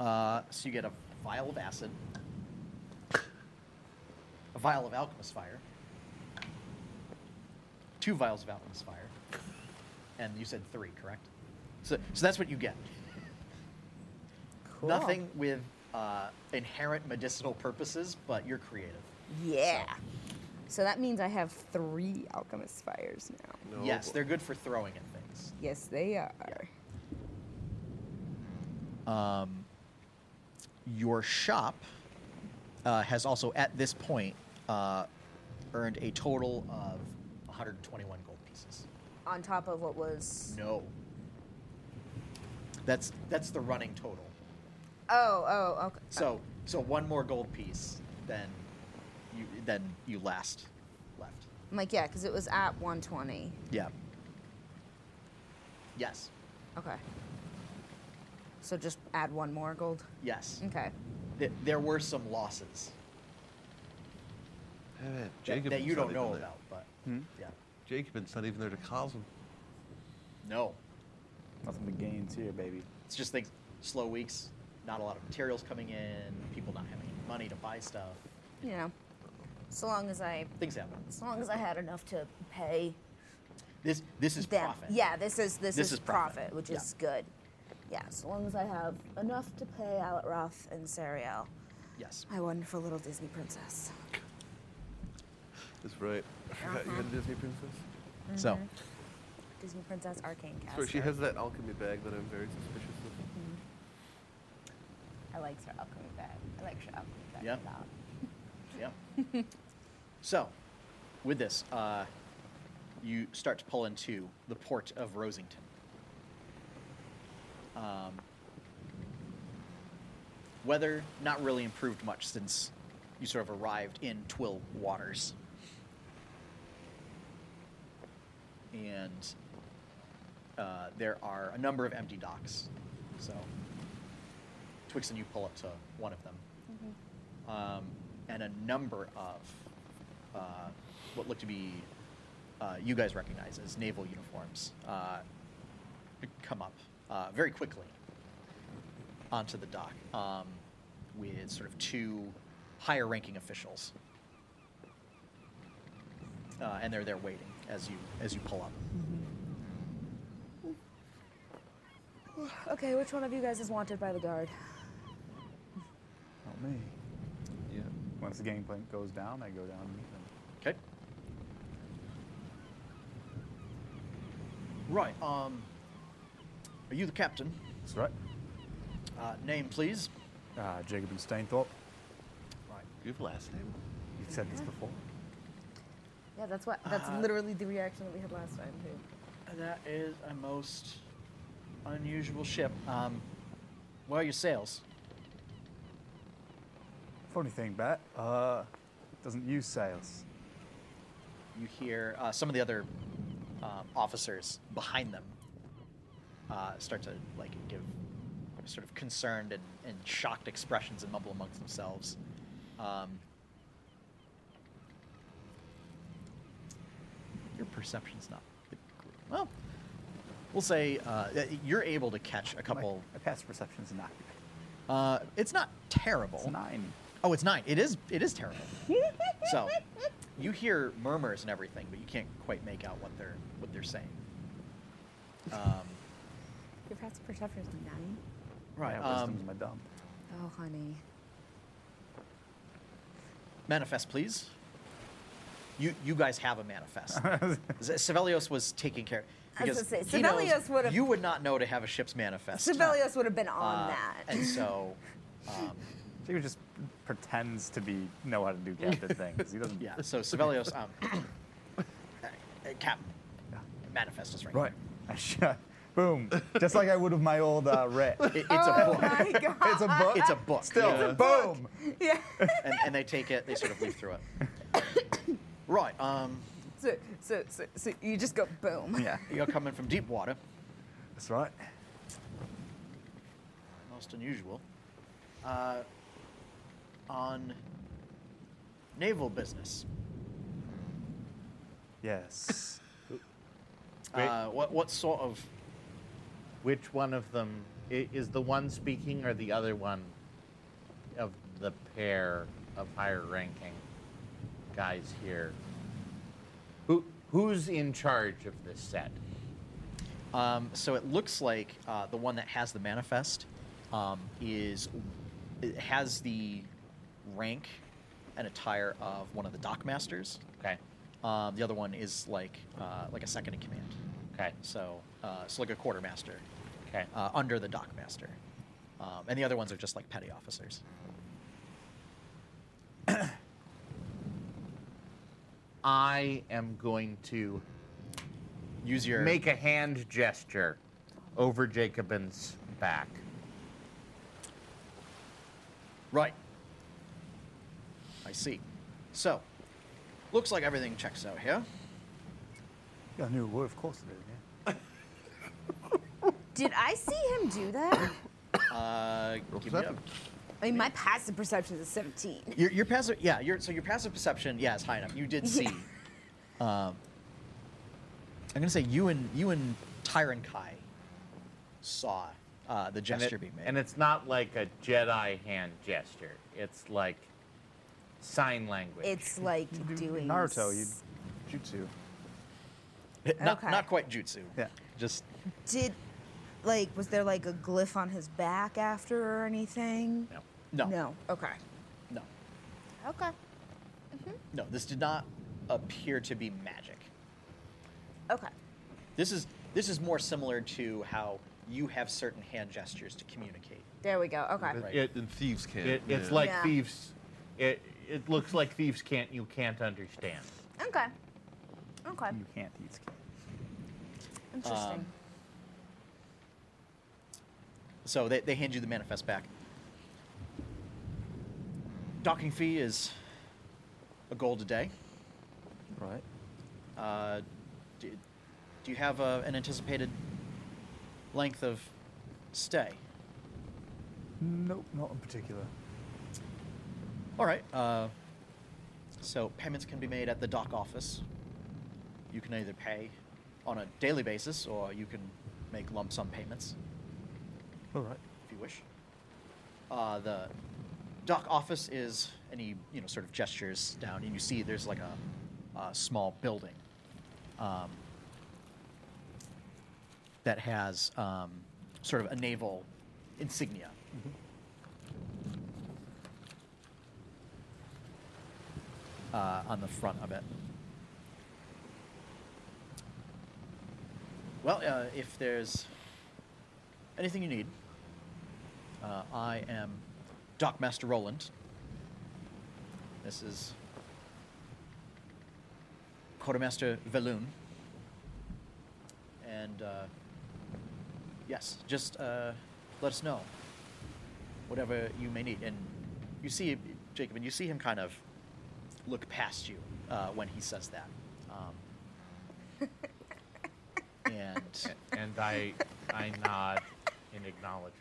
Uh, so you get a vial of acid, a vial of alchemist fire, two vials of alchemist fire, and you said three, correct? So, so that's what you get. Cool. Nothing with uh, inherent medicinal purposes, but you're creative. Yeah. So that means I have three alchemist fires now. No, yes, but- they're good for throwing at things. Yes, they are. um, your shop uh, has also, at this point, uh, earned a total of 121 gold pieces. On top of what was. No. That's that's the running total. Oh, oh, okay. So so one more gold piece, then you then you last left. I'm like, yeah, because it was at 120. Yeah. Yes. Okay. So just add one more gold. Yes. Okay. Th- there were some losses Yeah, that, Jacobin's that you not don't even know there. about, but yeah. Jacobin's not even there to cause them. No. Nothing but gains here, baby. It's just things, slow weeks, not a lot of materials coming in, people not having any money to buy stuff. You know, So long as I, Things happen. as long as I had enough to pay This this is them. profit. Yeah, this is this, This is, is profit, profit. which Yeah. is good. Yeah, so long as I have enough to pay Alatroth and Sariel, Yes. my wonderful little Disney princess. That's right. I forgot you had a Uh-huh. Disney princess. Mm-hmm. So Disney princess arcane That's cast. right. She has that alchemy bag that I'm very suspicious of. Mm-hmm. I like her alchemy bag. I like her alchemy bag Yeah. a lot. yeah. so with this, uh, you start to pull into the port of Rosington. Um, weather not really improved much since you sort of arrived in Twill waters. And uh, there are a number of empty docks. So Twix and you pull up to one of them. Mm-hmm. Um, and a number of uh, what look to be uh, you guys recognize as naval uniforms uh, come up uh, very quickly onto the dock um, with sort of two higher ranking officials. Uh, and they're there waiting as you as you pull up. Okay, which one of you guys is wanted by the guard? Not Oh, me. Yeah. Once the gangplank goes down, I go down and meet them. Okay. Right. Um, are you the captain? That's right. Uh, name, please. Uh, Jacob and Stainthorpe. Right. You have last name. You've said this before. yeah, that's what. That's Uh, literally the reaction that we had last time too. That is a most unusual ship. Um, where are your sails? Funny thing, Bat. Uh, doesn't use sails. You hear uh, some of the other um, officers behind them uh, start to like give sort of concerned and, and shocked expressions and mumble amongst themselves. Um, your perception's not the great. well. We'll say uh, that you're able to catch a My- couple. My, past perception's not. Uh, it's not terrible. It's nine. Oh, it's nine. It is. It is terrible. so, you hear murmurs and everything, but you can't quite make out what they're what they're saying. Um, Your past perception is nine. right. My Um, wisdom's my dumb. Oh, honey. manifest, please. You you guys have a manifest. Z- Sevelios was taking care. I was because gonna say, he knows Sevelios would've- You would not know to have a ship's manifest. Sibelius would have been on Uh, that. And so, um, Jacob just pretends to be know how to do captain things. He doesn't. yeah. So Sevelios, um, uh, Captain, manifest is right. Right. I shut. Boom. Just like I would with my old uh, rat. It, it's a book. Oh my god. It's a book. It's a book. Still, yeah. boom. yeah. and, and they take it. They sort of leaf through it. right. Um, So, so, so, so you just go boom. Yeah, you're coming from deep water. that's right. No most unusual, uh, on naval business. Yes. Wait. Uh, what what sort of Which one of them i- is the one speaking, or the other one of the pair of higher-ranking guys here? Who who's in charge of this set? Um, so it looks like uh, the one that has the manifest um, is it has the rank and attire of one of the dockmasters. Okay, Um, the other one is like uh, like a second in command. okay, So uh, so like a quartermaster okay. uh, under the dockmaster, um, and the other ones are just like petty officers. I am going to Use your make a hand gesture over Jacobin's back. Right. I see. So looks like everything checks out here. yeah, I knew it would. Of course it is. Yeah. Did I see him do that? Uh, give me a- I mean, my passive perception is 17. Your, your passive, yeah. Your so your passive perception, yeah, is high enough. You did see. Yeah. Um, I'm gonna say you and you and Tyron Kai saw uh, the And it- gesture being made. And it's not like a Jedi hand gesture. It's like sign language. It's like doing Naruto, you s- jutsu. not, okay. not quite jutsu. Yeah. Just Did like was there like a glyph on his back after or anything? no. no, no, No. Okay. no, Okay. no. This did not appear to be magic. Okay. This is this is more similar to how you have certain hand gestures to communicate. There we go. Okay. Right. It, and thieves can't. It, it's yeah. like Yeah. thieves. It it looks like thieves can't. You can't understand. Okay. Okay. You can't these kids. Interesting. Mm. Um, So they, they hand you the manifest back. Docking fee is a gold a day. Right. Uh, do, do you have uh an anticipated length of stay? Nope, not in particular. All right. Uh, so payments can be made at the dock office. You can either pay on a daily basis or you can make lump sum payments. All right. if you wish. Uh, the dock office is, and he you know sort of gestures down, and you see there's like a, a small building um, that has um, sort of a naval insignia. Mm-hmm. Uh, on the front of it. Well, uh, if there's anything you need, uh, I am Dockmaster Roland. This is Quartermaster Veloon. And uh, yes, just uh, let us know whatever you may need. And you see, Jacob, and you see him kind of look past you uh, when he says that. Um, and And I I nod in acknowledgement.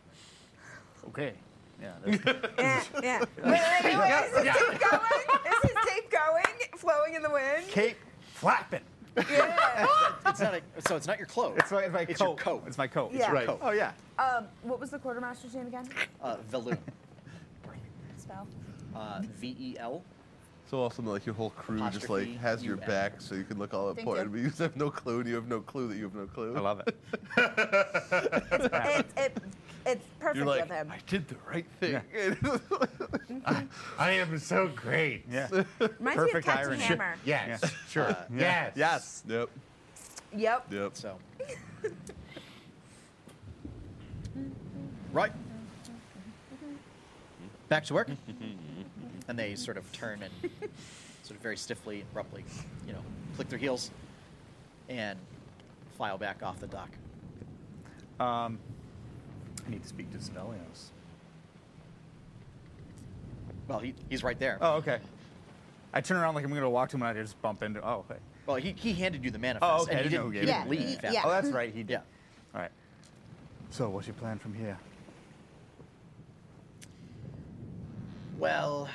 Okay. Yeah. that's- yeah, yeah. Wait, wait, wait, wait. Is this tape going? Is this tape going? Flowing in the wind? cape Flapping. Yeah. it's not a, so it's not your clothes. It's my, my it's coat. your coat. It's my coat. Yeah. Your Right. coat. Oh yeah. Um, what was the quartermaster's name again? Uh, Velu. Spell. Uh, V E L. So awesome that like your whole crew just like Apostrophe has your UN. back, so you can look all Thank important. you. But you just have no clue, and you have no clue that you have no clue. I love it. It, it, it's perfect You're like, with him. I did the right thing. I am so great. Yeah. Reminds me of perfect Captain irony. Hammer. Yes. Sure. Uh, yes. yes. yep. Yep. Yep. So. right. Back to work. and they sort of turn and sort of very stiffly and abruptly, you know, click their heels and file back off the dock. Um, I need to speak to Svelios. Well, he, he's right there. Oh, okay. I turn around like I'm gonna walk to him and I just bump into. Oh, okay. Well, he, he handed you the manifest. Oh, okay, I And he didn't know who didn't, he gave didn't it to me. leave. Yeah. Oh, that's right. He did. Yeah. All right. So, what's your plan from here? Well,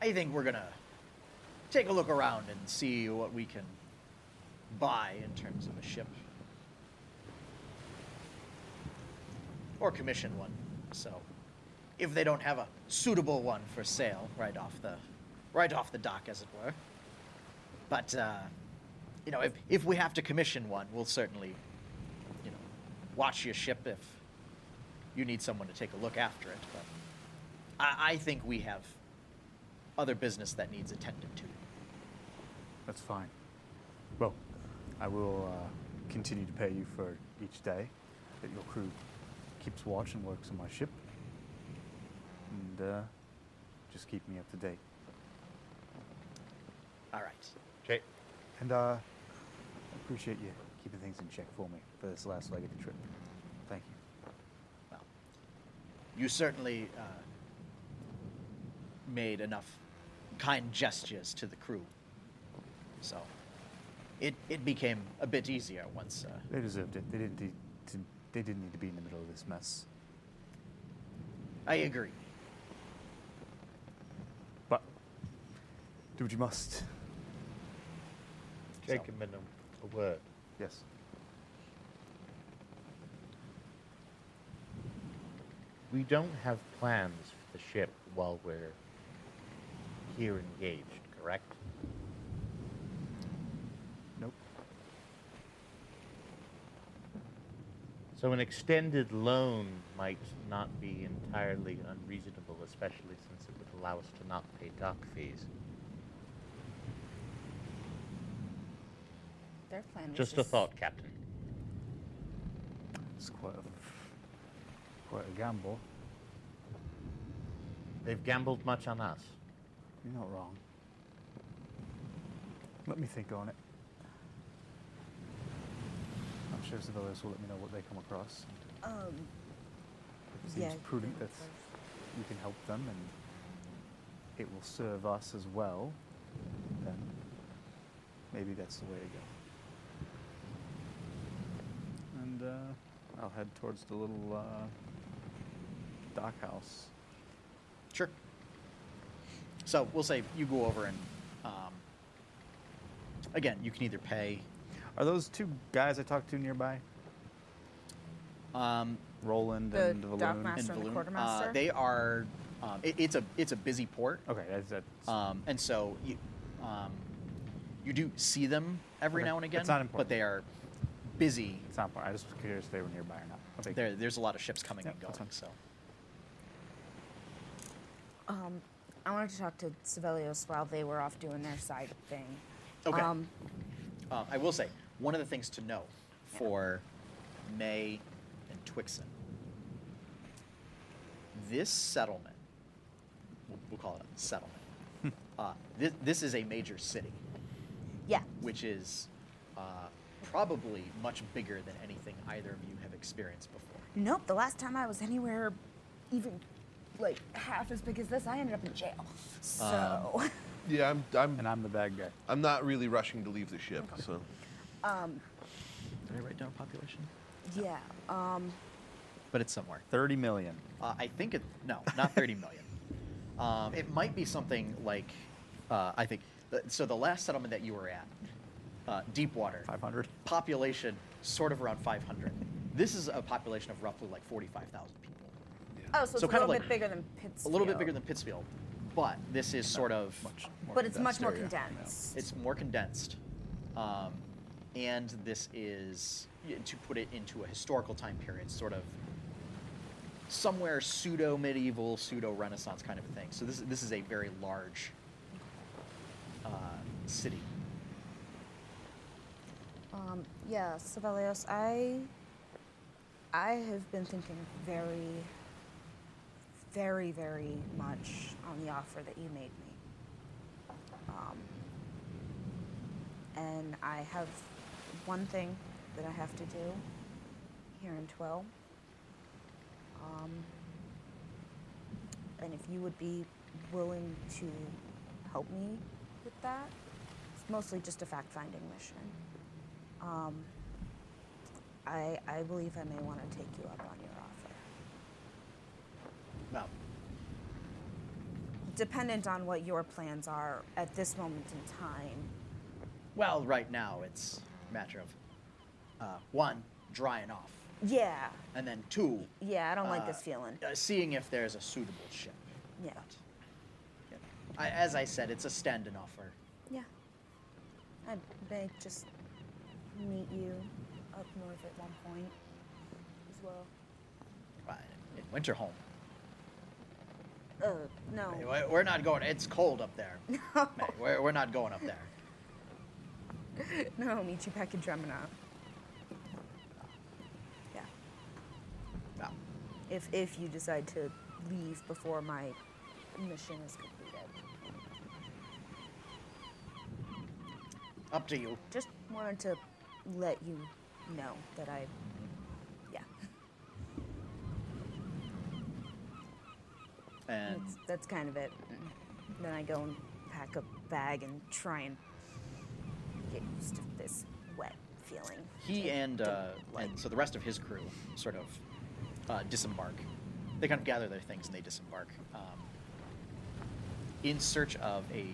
I think we're gonna take a look around and see what we can buy in terms of a ship. Or commission one. So if they don't have a suitable one for sale right off the right off the dock as it were. But uh, you know, if, if we have to commission one, we'll certainly, you know, watch your ship if you need someone to take a look after it. But I, I think we have other business that needs attended to. That's fine. Well, I will uh, continue to pay you for each day that your crew keeps watch and works on my ship. And uh, just keep me up to date. All right. Okay. And uh, I appreciate you keeping things in check for me for this last leg of the trip. Thank you. Well, you certainly uh, made enough kind gestures to the crew. So it, it became a bit easier once. Uh, They deserved it. They didn't. Need to, they didn't need to be in the middle of this mess. I agree. But do what you must. Take a minute. A word. Yes. We don't have plans for the ship while we're here engaged, correct? Nope. So an extended loan might not be entirely unreasonable, especially since it would allow us to not pay dock fees. Their plan was Just a thought, Captain. It's quite a quite a gamble. They've gambled much on us. You're not wrong. Let me think on it. I'm sure civilians will let me know what they come across. Um, If it Yeah, seems prudent yeah, that of you can help them and it will serve us as well, then maybe that's the way to go. And uh, I'll head towards the little uh, dock house. Sure. So we'll say you go over and, um, again, you can either pay. Are those two guys I talked to nearby? Um, Roland The and Valoon? dock master. and the Valoon. quartermaster? Uh, they are. Um, it, it's a it's a busy port, Okay, that's, that's um, and so you, um, you do see them every Okay, now and again. that's not important. But they are busy. it's not part. I was curious if they were nearby or not. Okay. There, there's a lot of ships coming Yeah, and that's going. fine. So um, I wanted to talk to Sevelios while they were off doing their side thing. okay. Um, Uh, I will say one of the things to know for May and Twixen. This settlement, we'll, we'll call it a settlement. uh, this, this is a major city, yeah. which is uh, probably much bigger than anything either of you have experienced before. nope. The last time I was anywhere, even like half as big as this, I ended up in jail. So. Yeah, I'm. I'm. and I'm the bad guy. I'm not really rushing to leave the ship. So Did I write down population? Yeah. Um, But it's somewhere. 30 million. Uh, I think it no, not 30 million. um, it might be something like uh, I think. So the last settlement that you were at, uh, Deepwater, 500. population sort of around 500. This is a population of roughly like 45,000 people, oh, so it's So a kind little of like- bit bigger than Pittsburgh. a little bit bigger than Pittsfield, but this is sort of Much more But it's much condensed more area. Yeah. condensed. it's more condensed, um, and this is y- to put it into a historical time period, sort of somewhere pseudo medieval, pseudo Renaissance kind of a thing. So this this is a very large uh, city. Um, yeah, Sibelius, I I have been thinking very, very, very much on the offer that you made me. Um, and I have one thing that I have to do here in Twill. Um, and if you would be willing to help me with that, it's mostly just a fact-finding mission. Um, I, I believe I may want to take you up on your offer. Well, Dependent on what your plans are at this moment in time. well, right now it's a matter of uh, one drying off, Yeah, and then two yeah, I don't like Uh, this feeling. uh, seeing if there's a suitable ship. Yeah, Yeah. I, as I said, it's a stand-in offer. yeah. I may just meet you up north at one point as well. Right, uh, in Winterholm. Uh, no. Hey, we- We're not going. It's cold up there. May, We're, we're not going up there. No, meet you back in Dremina. Yeah. Well, If if you decide to leave before my mission is completed. up to you. Just wanted to let you know that I yeah. And That's that's kind of it. Then I go and pack a bag and try and get used to this wet feeling. he and, Don't uh, like- and so the rest of his crew sort of uh, disembark. They kind of gather their things and they disembark um, in search of a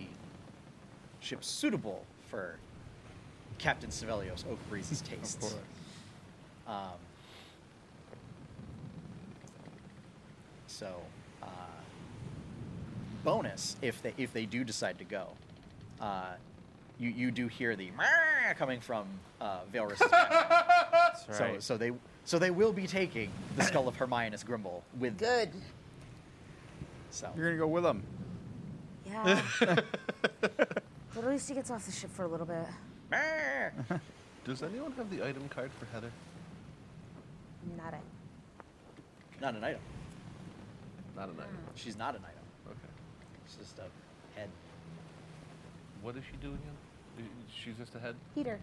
ship suitable for Captain Sevelios Oak Breeze's tastes. Um, so, uh, bonus if they if they do decide to go, uh, you you do hear the "Meow" coming from uh, Valrus's cabin. That's so right. so they so they will be taking the skull of Hermionis Grimble with them. Good. So You're gonna go with him. Yeah. but at least he gets off the ship for a little bit. "Meow." Does anyone have the item card for Heather? Not it. not an item. Not an item. She's not an item. Hmm. Okay. She's just a head. What does she do again? She's just a head. Peter.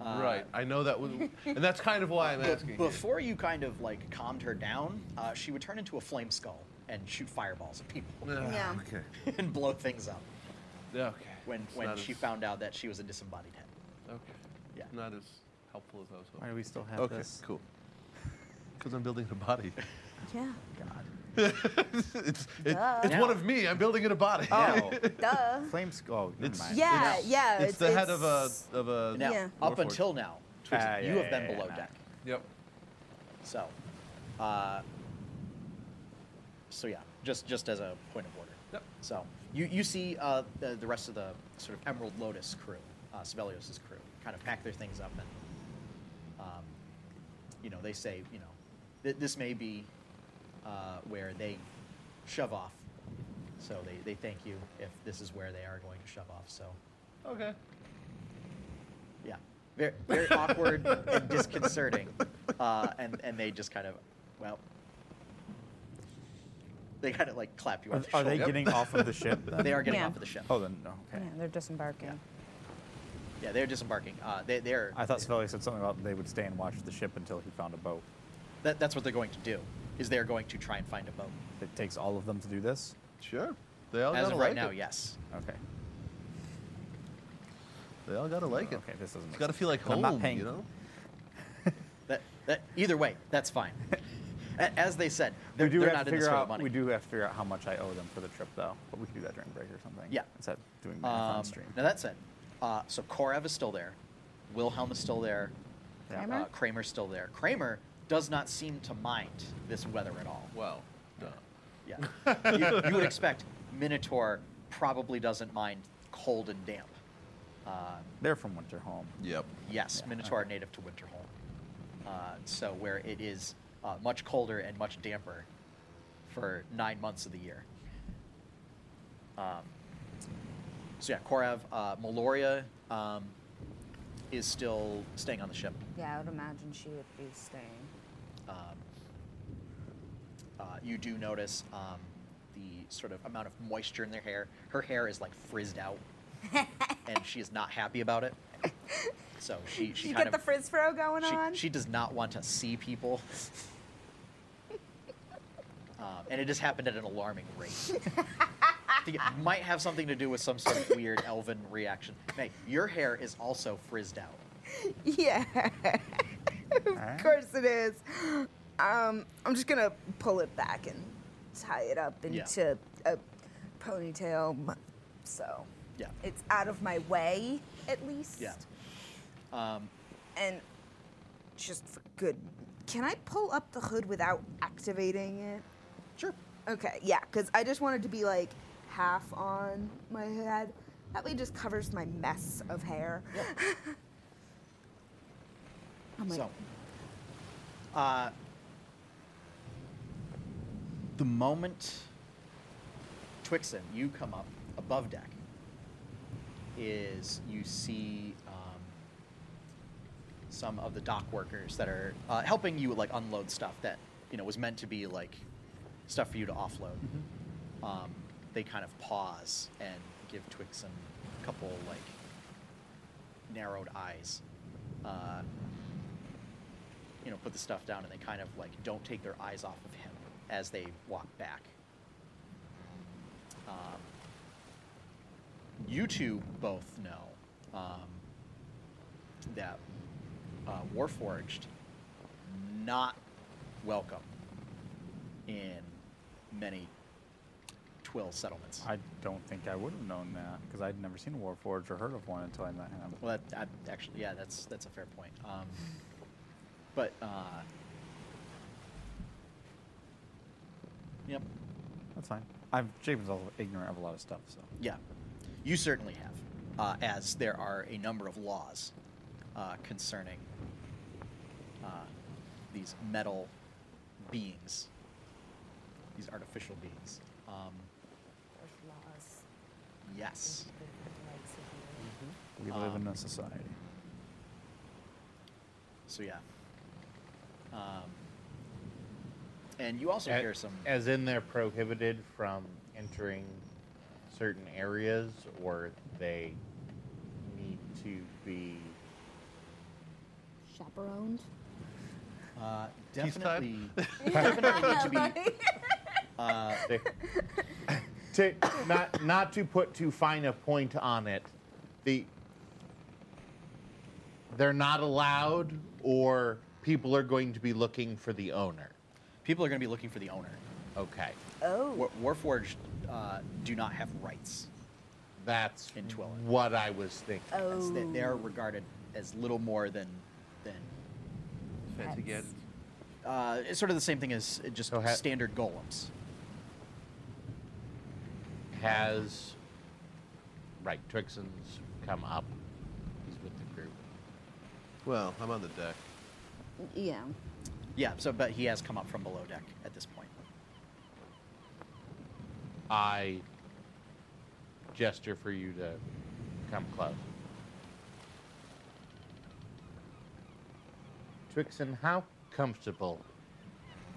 Uh, right. I know that was, and that's kind of why I'm But asking. you. before you kind of like calmed her down, uh, she would turn into a flame skull and shoot fireballs at people Ah, Yeah. Okay. and blow things up. Yeah, okay. When It's when not she as- found out that she was a disembodied head. Okay. Yeah. Not as helpful as I was Why hoping. do we still have okay. this? Cool. Because I'm building a body. Yeah. it's it, Duh. it's one Now- of me. I'm building in a body. Oh, Duh. flame oh, skull. Never It's- mind. Yeah, It's- yeah. it's, the head of a it's- of a. Now, Yeah. up Warforged. until now, Twisted, Ah, you yeah, have been yeah, yeah, below nah. deck. Yep. So, uh, so yeah, just just as a point of order. Yep. So you you see uh, the, the rest of the sort of Emerald Lotus crew, uh, Sibelius's crew, kind of pack their things up, and um, you know they say you know th- this may be uh, where they shove off. So they, they thank you if this is where they are going to shove off. So Okay. yeah, very, very awkward and disconcerting. Uh, and and they just kind of, well, they kind of like clap you Are, on the are shoulder. they getting off of the ship? Then? They are getting Yeah. off of the ship. Oh, then no, okay. Yeah, they're disembarking. Yeah, they're disembarking. Uh, they they're. I thought Svelli said something about they would stay and watch the ship until he found a boat. that, that's what they're going to do. Is they're going to try and find a boat. It takes all of them to do this. Sure. They Oh, all As gotta of like right now, it. yes. Okay. They all gotta like it. Okay, this doesn't. It's Make gotta sense. feel like And I'm home. not paying- You know. That, that either way, that's fine. A- As they said, they're, we do they're have not to in this figure for the out. money. We do have to figure out how much I owe them for the trip, though. But we could do that during break or something. Yeah. Instead of doing marathon Um, stream. now that said, uh, so Korev is still there, Wilhelm is still there, Yeah. Uh, Kramer's still there. Kramer does not seem to mind this weather at all. Well. Duh. Yeah. you, you would expect Minotaur probably doesn't mind cold and damp. Uh, They're from Winter Home. Yep. yes, Minotaur are native to Winterholm. Uh, so where it is uh, much colder and much damper for nine months of the year. Um, so yeah, Korav, uh, Meloria um, is still staying on the ship. Yeah, I would imagine she would be staying. um, uh, you do notice um, the sort of amount of moisture in their hair. Her hair is like frizzed out, and she is not happy about it. So she she you kind get of the frizz fro going she, on? she does not want to see people. Um, and it has happened at an alarming rate. I think it might have something to do with some sort of weird elven reaction. May, your hair is also frizzed out. yeah. of Alright. course it is. Um, I'm just gonna pull it back and tie it up Yeah. into a ponytail, m- so Yeah. it's out of my way at least. Yeah. Um, And just for good, can I pull up the hood without activating it? sure. Okay, yeah, because I just wanted to be like half on my head. That way, it just covers my mess of hair. I'm like, So, uh, the moment Twixen, you come up above deck, is you see um, some of the dock workers that are uh, helping you like unload stuff that you know was meant to be like stuff for you to offload. Mm-hmm. Um, they kind of pause and give Twixen a couple like narrowed eyes. Uh, you know, put the stuff down and they kind of like don't take their eyes off of him as they walk back. Um, you two both know um, that uh, Warforged not welcome in many Twill settlements. I don't think I would have known that because I'd never seen a Warforged or heard of one until I met him. Well, that, I, actually, yeah, that's that's a fair point. Um, but uh, yep, That's fine. I'm Jacob's also ignorant of a lot of stuff, so yeah, you certainly have, uh, as there are a number of laws uh, concerning uh, these metal beings, these artificial beings. Um, With laws. yes. the likes of you. we live in a society. So yeah. Um, and you also A- hear some. As in, they're prohibited from entering certain areas, or they need to be. Chaperoned. Uh, Peace definitely, time? definitely need to be. Uh, They, to not not to put too fine a point on it, the they're not allowed, or people are going to be looking for the owner. people are going to be looking for the owner. Okay, Oh. War, Warforged uh, do not have rights. that's In Twilight. what I was thinking. That's- they- They are regarded as little more than than Fancy gadgets. uh, it's sort of the same thing as uh, just So ha- standard golems. has right Twixen's come up. He's with the group. Well, I'm on the deck. Yeah. Yeah. So, but he has come up from below deck at this point. I gesture for you to come close. Twixen, how comfortable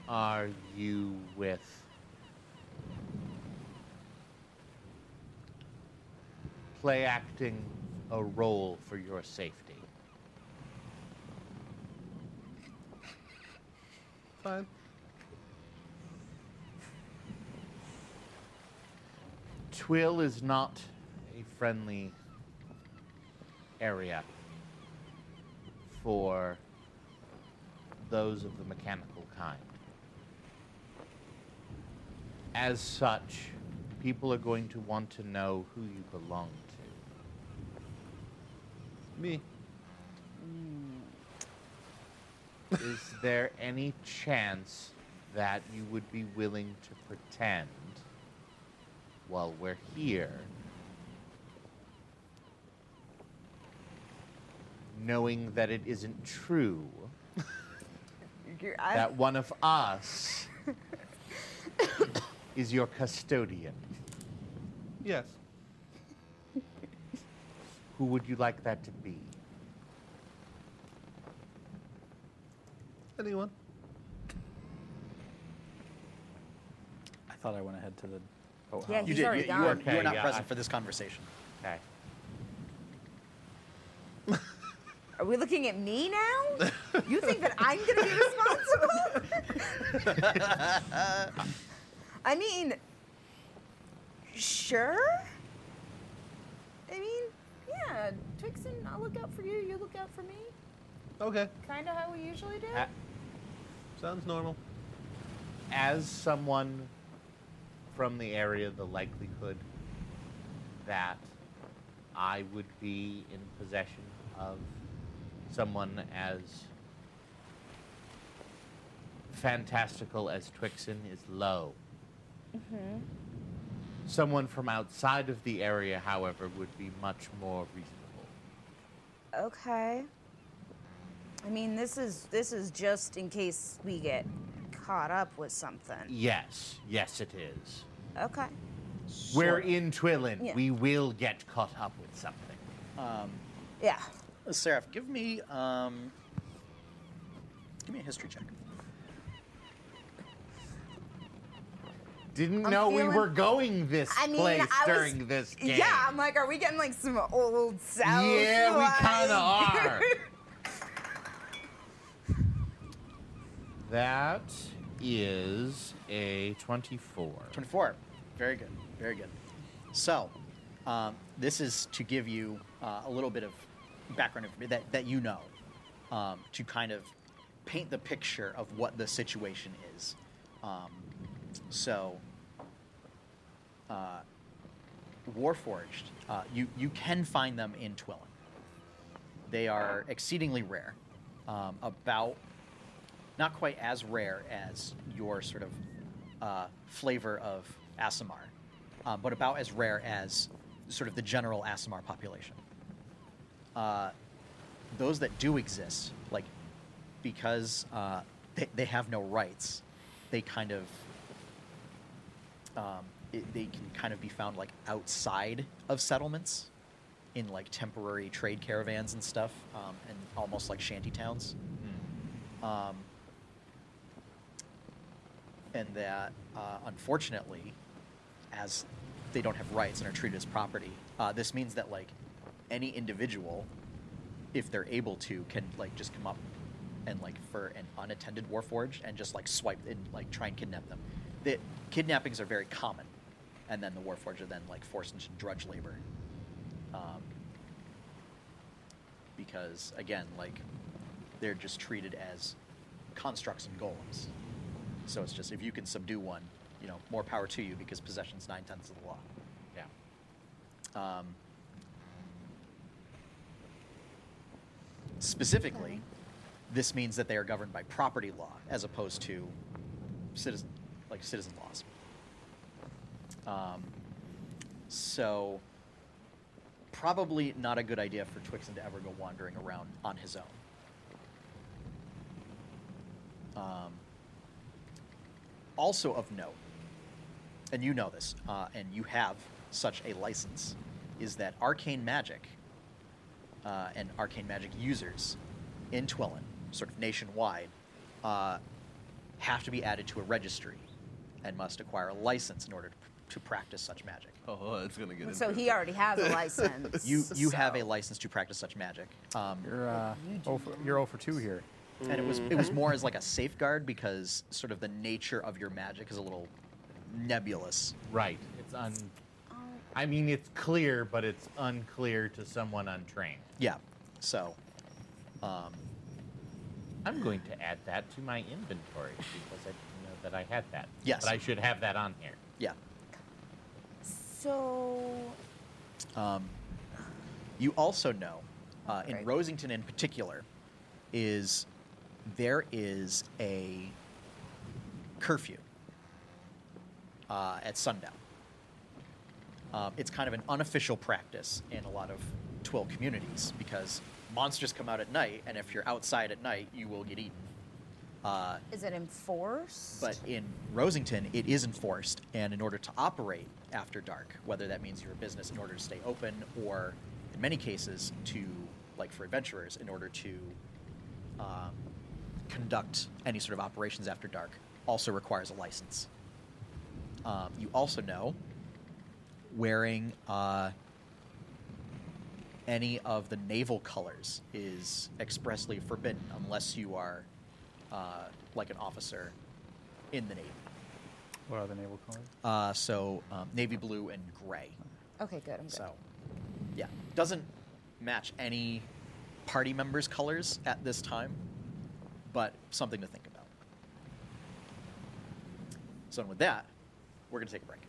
are you with play acting a role for your safety? Fine. Twill is not a friendly area for those of the mechanical kind. As such, people are going to want to know who you belong to. Me. Is there any chance that you would be willing to pretend while we're here? Knowing that it isn't true, You're, I, that one of us is your custodian. Yes. Who would you like that to be? Anyone? I thought I went ahead to the boathouse. Yeah, You he's did. You, already you are, gone. you are Okay, not yeah, present I- for this conversation. Oh, Okay. are we looking at me now? you think that I'm gonna be responsible? I mean, sure. I mean, yeah, Twixen, I'll look out for you. You look out for me. Okay. Kind of how we usually do. A- Sounds normal. as someone from the area the likelihood that I would be in possession of someone as fantastical as Twixen is low. Mm-hmm. Someone from outside of the area, however, would be much more reasonable. Okay. I mean, this is this is just in case we get caught up with something. Yes, yes, it is. Okay. We're in Twillin. Yeah. We will get caught up with something. Um, Yeah. Seraph, give me um, give me a history check. Didn't I'm know we feeling- were going this I mean, place I was- during this game. Yeah, I'm like, are we getting like some old South? Yeah, we kinda like- are. That is a 24. 24. Very good. Very good. So, um, this is to give you uh, a little bit of background information that, that you know um, to kind of paint the picture of what the situation is. Um, so, uh, Warforged, uh, you, you can find them in Twillin. They are exceedingly rare, um, about not quite as rare as your sort of uh, flavor of Asimar, uh, but about as rare as sort of the general Asimar population. Uh, those that do exist, like because uh, they, they have no rights, they kind of um, it, they can kind of be found like outside of settlements, in like temporary trade caravans and stuff, um, and almost like shanty towns um, and that uh, unfortunately, as they don't have rights and are treated as property, uh, this means that like any individual, if they're able to, can like just come up and like for an unattended warforged and just like swipe and like try and kidnap them. The kidnappings are very common, and then the warforged are then like forced into drudge labor. Um, because again, like they're just treated as constructs and golems. So it's just if you can subdue one, you know, more power to you because possession's nine tenths of the law. Yeah. Um, specifically, this means that they are governed by property law as opposed to citizen, like citizen laws. Um, so, probably not a good idea for Twixen to ever go wandering around on his own. Um, also of note, and you know this, uh, and you have such a license, is that arcane magic uh, and arcane magic users in Twillin, sort of nationwide, uh, have to be added to a registry and must acquire a license in order to, to practice such magic. Oh, it's gonna get. So he interesting. already has a license. You you have a so- license to practice such magic, um, You're uh, oh for, you're 0 for two here. and it was it was more as like a safeguard because sort of the nature of your magic is a little nebulous. Right. It's un. I mean, it's clear, but it's unclear to someone untrained. Yeah, so um, I'm going to add that to my inventory because I didn't know that I had that. Yes. But I should have that on here. yeah, So um, you also know uh, in Right. Rosington in particular is there is a curfew uh, at sundown. Um, it's kind of an unofficial practice in a lot of Twill communities because monsters come out at night, and if you're outside at night, you will get eaten. Uh, is it enforced? but in Rosington, it is enforced, and in order to operate after dark, whether that means you're a business in order to stay open, or in many cases, to like for adventurers, in order to um, conduct any sort of operations after dark, also requires a license. Um, you also know wearing uh, any of the naval colors is expressly forbidden unless you are uh, like an officer in the Navy. What are the naval colors? Uh, so um, navy blue and gray. okay, good. I'm good. So yeah, doesn't match any party members' colors at this time, but something to think about. So and with that, We're going to take a break.